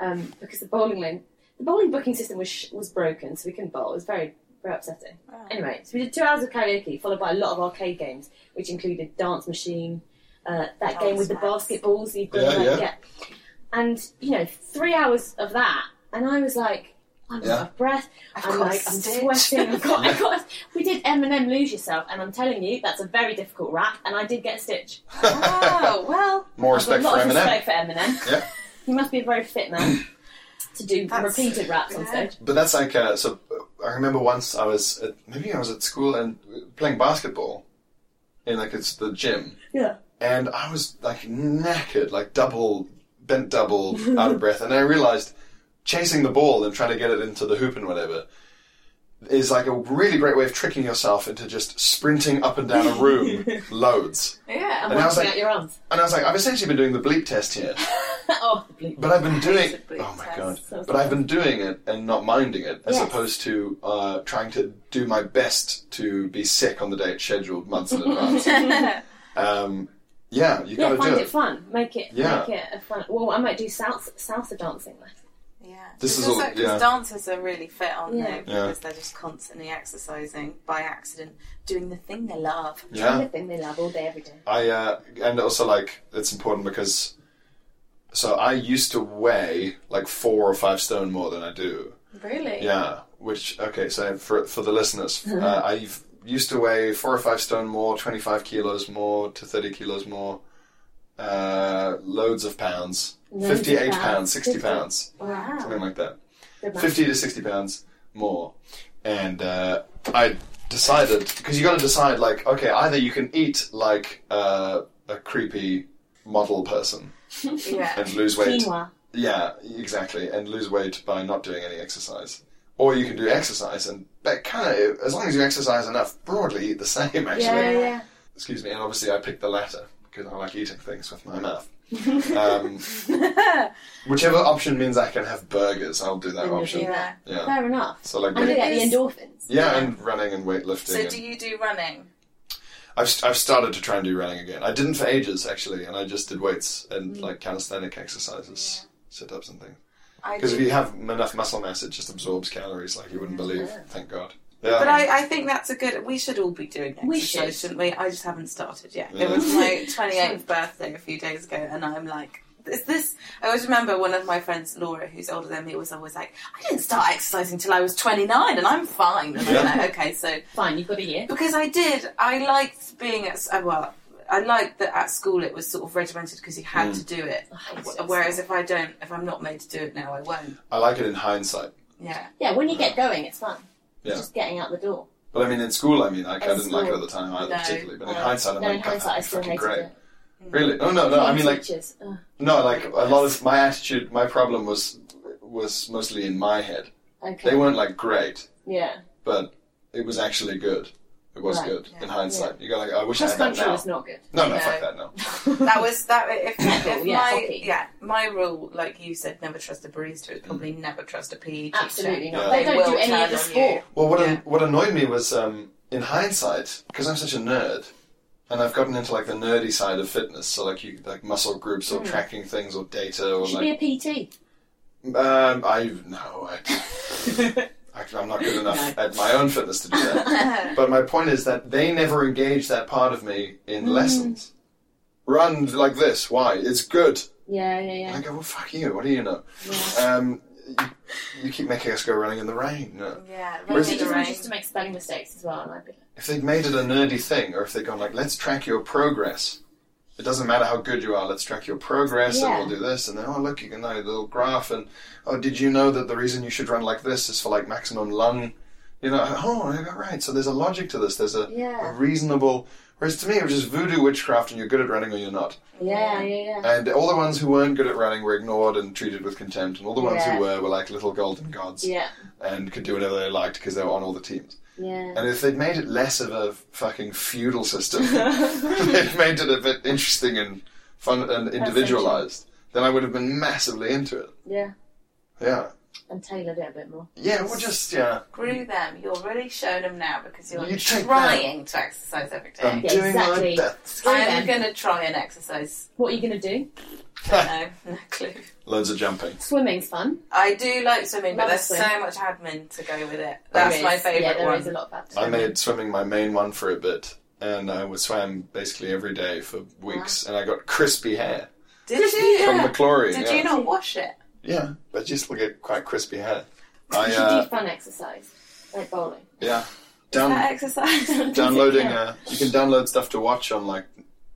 Speaker 4: um, because the bowling lane, the bowling booking system was sh- was broken, so we couldn't bowl. It was very very upsetting. Anyway, so we did two hours of karaoke, followed by a lot of arcade games, which included Dance Machine, uh, that game with the
Speaker 1: Dance Machine.
Speaker 4: basketballs that you've got
Speaker 2: Yeah,
Speaker 4: to like,
Speaker 2: yeah.
Speaker 4: get. And you know, three hours of that, and I was like, I'm
Speaker 2: Yeah.
Speaker 4: out of breath.
Speaker 1: I've
Speaker 4: I'm
Speaker 1: got
Speaker 4: like, I'm
Speaker 1: stitch.
Speaker 4: sweating. I've got, I've got. We did Eminem Lose Yourself, and I'm telling you, that's a very difficult rap, and I did get a stitch.
Speaker 1: Oh, well,
Speaker 2: More
Speaker 4: I've got
Speaker 2: respect for
Speaker 4: lots of
Speaker 2: Eminem.
Speaker 4: respect for Eminem.
Speaker 2: Yeah.
Speaker 4: He must be a very fit man to do
Speaker 1: That's-
Speaker 4: repeated raps on stage.
Speaker 2: But that's like uh, so. uh, I remember once I was at, maybe I was at school and uh, playing basketball in like it's the gym.
Speaker 4: Yeah.
Speaker 2: And I was like knackered, like double bent, double out of breath, and I realized chasing the ball and trying to get it into the hoop and whatever is like a really great way of tricking yourself into just sprinting up and down a room loads.
Speaker 1: yeah.
Speaker 4: And
Speaker 2: And I was
Speaker 4: washing
Speaker 2: like-
Speaker 4: out your arms.
Speaker 2: And I was like, I've essentially been doing the bleep test here.
Speaker 4: oh, the bleep.
Speaker 2: But I've been doing.
Speaker 1: Basically,
Speaker 2: Oh my
Speaker 1: that's
Speaker 2: god!
Speaker 4: so
Speaker 2: But I've been doing it and not minding it, as
Speaker 4: Yes.
Speaker 2: opposed to uh, trying to do my best to be sick on the day it's scheduled months in advance. um, yeah, you
Speaker 4: Yeah,
Speaker 2: got to
Speaker 4: find
Speaker 2: do
Speaker 4: it.
Speaker 2: it.
Speaker 4: fun. Make it
Speaker 2: Yeah.
Speaker 4: make it a fun. Well, I might do salsa, salsa dancing.
Speaker 1: Yeah. It's
Speaker 2: This is
Speaker 1: also
Speaker 2: all-
Speaker 1: 'cause
Speaker 2: yeah.
Speaker 1: dancers are really fit, aren't
Speaker 4: Yeah.
Speaker 1: they? Because they're just constantly exercising by accident, doing the thing they love.
Speaker 2: Yeah.
Speaker 4: The thing they love all day, every day.
Speaker 2: I uh, and also like it's important because so I used to weigh like four or five stone more than I do.
Speaker 1: Really?
Speaker 2: Yeah, which okay. So for for the listeners,
Speaker 4: Mm-hmm.
Speaker 2: uh, I used to weigh four or five stone more, twenty five kilos more to thirty kilos more, uh, loads of pounds,
Speaker 4: Loads of
Speaker 2: fifty eight
Speaker 4: pounds.
Speaker 2: pounds, sixty
Speaker 4: 50.
Speaker 2: pounds,
Speaker 4: Wow.
Speaker 2: something like that.
Speaker 4: Good man.
Speaker 2: Fifty to sixty pounds more, and uh, I decided because you got to decide like okay, either you can eat like uh, a creepy model person
Speaker 1: Yeah.
Speaker 2: and lose weight
Speaker 4: Quinoa.
Speaker 2: yeah, exactly, and lose weight by not doing any exercise. Or you can do exercise, and but kind of as long as you exercise enough, broadly eat the same. Actually,
Speaker 4: Yeah, yeah.
Speaker 2: excuse me, and obviously I picked the latter because I like eating things with my mouth. Um, whichever option means I can have burgers, I'll do that
Speaker 4: Yeah.
Speaker 2: option.
Speaker 1: yeah.
Speaker 2: Yeah,
Speaker 4: Fair enough.
Speaker 2: so like
Speaker 4: And they
Speaker 2: yeah,
Speaker 4: get
Speaker 1: Is-
Speaker 4: the endorphins.
Speaker 2: and running and weightlifting.
Speaker 1: So
Speaker 2: and-
Speaker 1: do you do running?
Speaker 2: I've st- I've started to try and do running again. I didn't for ages actually, and I just did weights
Speaker 1: Mm.
Speaker 2: and like calisthenic exercises, sit ups and things.
Speaker 1: I
Speaker 2: Because
Speaker 1: do.
Speaker 2: if you have enough muscle mass, it just absorbs calories like you wouldn't believe. Thank God. Yeah.
Speaker 1: But I, I think that's a good. We should all be doing exercise,
Speaker 4: We should.
Speaker 1: shouldn't we? I just haven't started yet.
Speaker 2: Yeah.
Speaker 1: It was my 28th birthday a few days ago, and I'm like, is this? I always remember one of my friends, Laura, who's older than me, was always like, I didn't start exercising till I was 29, and I'm fine. And I'm
Speaker 2: Yeah.
Speaker 1: like, okay, so
Speaker 4: Fine, you've got a year.
Speaker 1: because I did. I liked being at s- uh, well. I liked that at school it was sort of regimented because you had to do it. Wh- Whereas if I don't, if I'm not made to do it now, I won't.
Speaker 2: I like it in hindsight.
Speaker 1: Yeah.
Speaker 4: Yeah, when you get going, it's fun.
Speaker 2: Yeah.
Speaker 4: It's just getting out the door.
Speaker 2: But I mean, in school, I mean, like, I
Speaker 4: In
Speaker 2: didn't like it at
Speaker 4: school,
Speaker 2: the time either,
Speaker 1: no.
Speaker 2: particularly. But in
Speaker 4: Uh,
Speaker 2: hindsight, I'm
Speaker 4: no,
Speaker 2: like,
Speaker 4: in hindsight, I
Speaker 2: God,
Speaker 4: still
Speaker 2: fucking
Speaker 4: hated
Speaker 2: great.
Speaker 4: it.
Speaker 2: Really? Oh, no, no. I mean, like,
Speaker 4: Teachers. Ugh.
Speaker 2: no, like, a lot of my attitude, my problem was was mostly in my head.
Speaker 4: Okay.
Speaker 2: They weren't, like, great,
Speaker 4: yeah.
Speaker 2: but it was actually good. It was
Speaker 4: Right.
Speaker 2: good in
Speaker 1: Yeah.
Speaker 2: hindsight. You go, like, I wish I
Speaker 4: Cross
Speaker 2: had that
Speaker 4: country
Speaker 2: now.
Speaker 4: was not good.
Speaker 2: No, no,
Speaker 1: No.
Speaker 2: fuck that, no.
Speaker 1: That was that. If, if
Speaker 4: Yeah,
Speaker 1: my
Speaker 4: hockey.
Speaker 1: yeah, my rule, like you said, never trust a barista. Is probably never trust a PE teacher.
Speaker 4: Absolutely not.
Speaker 2: Yeah.
Speaker 1: They
Speaker 4: They, don't do
Speaker 1: will
Speaker 4: any
Speaker 1: turn
Speaker 4: of the
Speaker 1: on
Speaker 4: sport.
Speaker 2: Well, what,
Speaker 1: Yeah.
Speaker 2: what annoyed me was um, in hindsight, because I'm such a nerd, and I've gotten into like the nerdy side of fitness, so like you like muscle groups or tracking things or data or
Speaker 4: You Hmm. should
Speaker 2: like
Speaker 4: be a PT.
Speaker 2: um, I no, I, I I'm not good enough at my own fitness to do that. but my point is that they never engage that part of me
Speaker 4: Hmm.
Speaker 2: in lessons. Run like this. Why? It's good.
Speaker 4: Yeah, yeah, yeah.
Speaker 2: I go, well, fuck you. What do you know? Um, you, you keep making us go running in the rain. No.
Speaker 1: Yeah,
Speaker 4: They
Speaker 1: running in
Speaker 2: Whereas-
Speaker 4: teachers
Speaker 1: the rain.
Speaker 4: used to make spelling mistakes as well, and I'd be like,
Speaker 2: if they'd made it a nerdy thing, or if they'd gone like, let's track your progress. It doesn't matter how good you are. Let's track your progress,
Speaker 4: Yeah.
Speaker 2: and we'll do this. And then, oh look, you can know the little graph. And oh, did you know that the reason you should run like this is for like maximum lung? You know, oh I got right. So there's a logic to this. There's a,
Speaker 4: Yeah.
Speaker 2: a reasonable. Whereas to me, it was just voodoo witchcraft, and you're good at running or you're not.
Speaker 4: yeah, yeah, yeah.
Speaker 2: And all the ones who weren't good at running were ignored and treated with contempt, and all the ones
Speaker 4: Yeah.
Speaker 2: who were were like little golden gods
Speaker 4: Yeah,
Speaker 2: and could do whatever they liked because they were on all the teams.
Speaker 4: yeah.
Speaker 2: And if they'd made it less of a fucking feudal system, they'd made it a bit interesting and fun and individualized, then I would have been massively into it.
Speaker 4: Yeah.
Speaker 2: Yeah.
Speaker 4: And tailored it a bit more.
Speaker 2: Yeah, we're just, yeah.
Speaker 1: Grew them. You're really showing them now because you're
Speaker 2: You take Um,
Speaker 1: trying to exercise every day.
Speaker 2: I'm
Speaker 4: Yeah,
Speaker 2: doing
Speaker 4: exactly.
Speaker 2: my best.
Speaker 1: I'm going to try and exercise.
Speaker 4: What are you going to do?
Speaker 1: No, no clue.
Speaker 2: Loads of jumping.
Speaker 4: Swimming's fun.
Speaker 1: I do like swimming, but
Speaker 4: Love
Speaker 1: there's
Speaker 4: swimming.
Speaker 1: so much admin to go with it. That's
Speaker 4: There
Speaker 1: my
Speaker 4: is- Yeah,
Speaker 1: favourite
Speaker 4: there
Speaker 1: one.
Speaker 4: is a lot of bad
Speaker 2: I made swimming my main one for a bit, and I would swam basically every day for weeks, and I got crispy hair
Speaker 1: Did you? uh,
Speaker 2: from the chlorine.
Speaker 1: Did
Speaker 2: yeah.
Speaker 1: you not wash it?
Speaker 2: Yeah, but you still get quite crispy hair.
Speaker 4: You
Speaker 2: I,
Speaker 4: should
Speaker 2: uh,
Speaker 4: do fun exercise, like bowling.
Speaker 2: yeah.
Speaker 1: Is
Speaker 2: Down,
Speaker 1: that exercise?
Speaker 2: downloading uh, you can download stuff to watch on like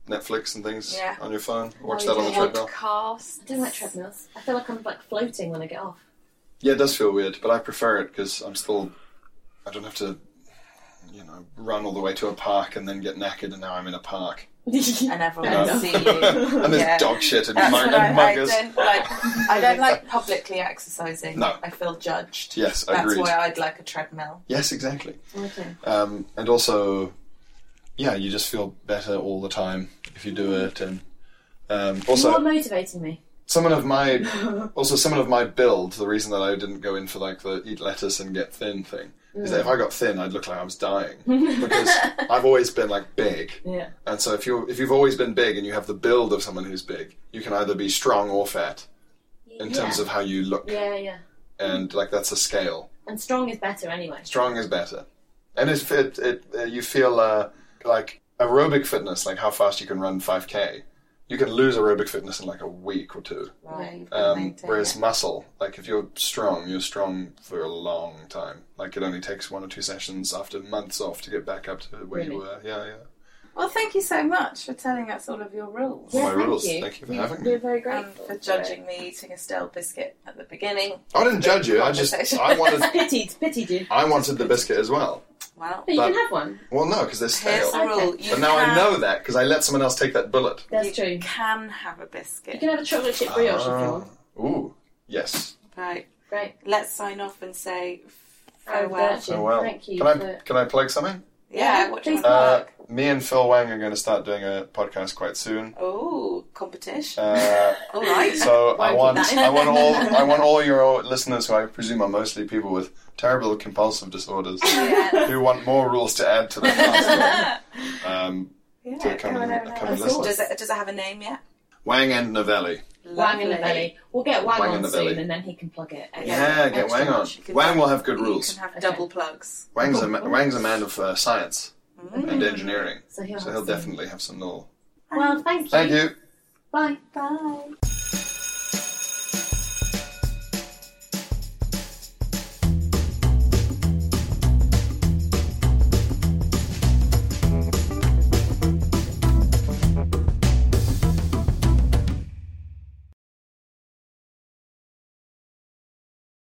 Speaker 2: Netflix and things
Speaker 1: Yeah.
Speaker 2: on your phone. Watch
Speaker 4: Oh,
Speaker 2: that on the
Speaker 4: yeah.
Speaker 2: treadmill.
Speaker 1: Podcast.
Speaker 4: I don't like treadmills. I feel like I'm like floating when I get off.
Speaker 2: Yeah, it does feel weird, but I prefer it because I'm still I don't have to you know run all the way to a park and then get knackered and now I'm in a park
Speaker 1: And everyone
Speaker 2: No.
Speaker 1: will see you.
Speaker 2: and there's
Speaker 1: Yeah.
Speaker 2: dog shit and,
Speaker 1: That's
Speaker 2: mug-
Speaker 1: what
Speaker 2: and
Speaker 1: I, I
Speaker 2: muggers.
Speaker 1: don't like. I don't like publicly exercising.
Speaker 2: No.
Speaker 1: I feel judged.
Speaker 2: Yes,
Speaker 1: That's
Speaker 2: agreed.
Speaker 1: why I'd like a treadmill.
Speaker 2: Yes, exactly.
Speaker 4: Okay.
Speaker 2: Um, and also, yeah, you just feel better all the time if you do it. And um, also,
Speaker 4: you are motivating me.
Speaker 2: someone of my also someone of my build the reason that i didn't go in for like the eat lettuce and get thin thing is that if i got thin i'd look like i was dying because i've always been like big
Speaker 4: Yeah.
Speaker 2: and so if you if you've always been big and you have the build of someone who's big you can either be strong or fat in terms of how you look,
Speaker 4: Yeah, yeah.
Speaker 2: and like that's a scale.
Speaker 4: And strong is better anyway.
Speaker 2: Strong is better, and it's it, it uh, you feel uh, like aerobic fitness, like how fast you can run five k. You can lose aerobic fitness in like a week or two.
Speaker 1: Right.
Speaker 2: Um, whereas muscle, like if you're strong, you're strong for a long time. Like it only takes one or two sessions after months off to get back up to where you were. Yeah, yeah.
Speaker 1: Well, thank you so much for telling us all of your rules
Speaker 2: All
Speaker 4: Yeah,
Speaker 2: my
Speaker 4: thank
Speaker 2: rules.
Speaker 4: you.
Speaker 2: Thank you for
Speaker 4: We-
Speaker 2: having me.
Speaker 4: We're very
Speaker 1: and
Speaker 4: grateful
Speaker 1: for judging me eating a stale biscuit at the beginning.
Speaker 2: I didn't judge you. I just I wanted
Speaker 4: it. Pitied, pitied you.
Speaker 2: I wanted the biscuit as well.
Speaker 1: Well,
Speaker 4: But you
Speaker 2: But-
Speaker 4: can have one.
Speaker 2: Well, no, because they're
Speaker 1: here's
Speaker 2: stale.
Speaker 1: the rule. You
Speaker 2: But now I
Speaker 1: can-
Speaker 2: know that because I let someone else take that bullet.
Speaker 4: That's
Speaker 1: you
Speaker 4: true.
Speaker 1: can have a
Speaker 4: You
Speaker 1: biscuit.
Speaker 4: can have a chocolate chip brioche if you want.
Speaker 2: Ah, ooh, yes.
Speaker 1: Right.
Speaker 4: Great.
Speaker 1: Let's sign off and say
Speaker 4: Oh,
Speaker 1: farewell.
Speaker 4: Virgin,
Speaker 2: Oh well.
Speaker 4: Thank you.
Speaker 2: Can I
Speaker 4: for-
Speaker 2: can I plug something?
Speaker 1: Yeah, what do you
Speaker 4: please
Speaker 1: want to
Speaker 2: Uh,
Speaker 1: plug?
Speaker 2: me and Phil Wang are going to start doing a podcast quite soon.
Speaker 1: Oh, competition.
Speaker 2: Uh,
Speaker 1: all right.
Speaker 2: So
Speaker 4: Why
Speaker 2: I
Speaker 4: would
Speaker 2: want
Speaker 4: that?
Speaker 2: I want all I want all your listeners who I presume are mostly people with terrible compulsive disorders
Speaker 1: yeah.
Speaker 2: who want more rules to add to their last um, to come
Speaker 1: go on
Speaker 2: and,
Speaker 1: over.
Speaker 2: come and
Speaker 4: Of
Speaker 2: listen.
Speaker 4: course.
Speaker 1: Does it, does it have a name yet?
Speaker 2: Wang and Novelli.
Speaker 4: Wang in the
Speaker 1: Lovely.
Speaker 4: belly. We'll get Wang,
Speaker 2: Wang in
Speaker 4: on
Speaker 2: the
Speaker 4: soon,
Speaker 2: belly.
Speaker 4: and then he can plug it.
Speaker 1: Yeah,
Speaker 2: Yeah, get
Speaker 1: extra
Speaker 2: Wang on.
Speaker 1: much. You can
Speaker 2: Wang
Speaker 1: have-
Speaker 2: will have good
Speaker 1: you
Speaker 2: rules.
Speaker 1: can have
Speaker 4: Okay.
Speaker 1: double plugs.
Speaker 2: Wang's a ma- Wang's a man of uh, science
Speaker 1: Mm.
Speaker 2: and engineering,
Speaker 4: So he'll,
Speaker 2: so
Speaker 4: have
Speaker 2: he'll
Speaker 4: some.
Speaker 2: definitely have some knowledge.
Speaker 4: Well, thank you.
Speaker 2: Thank you.
Speaker 4: Bye.
Speaker 1: Bye.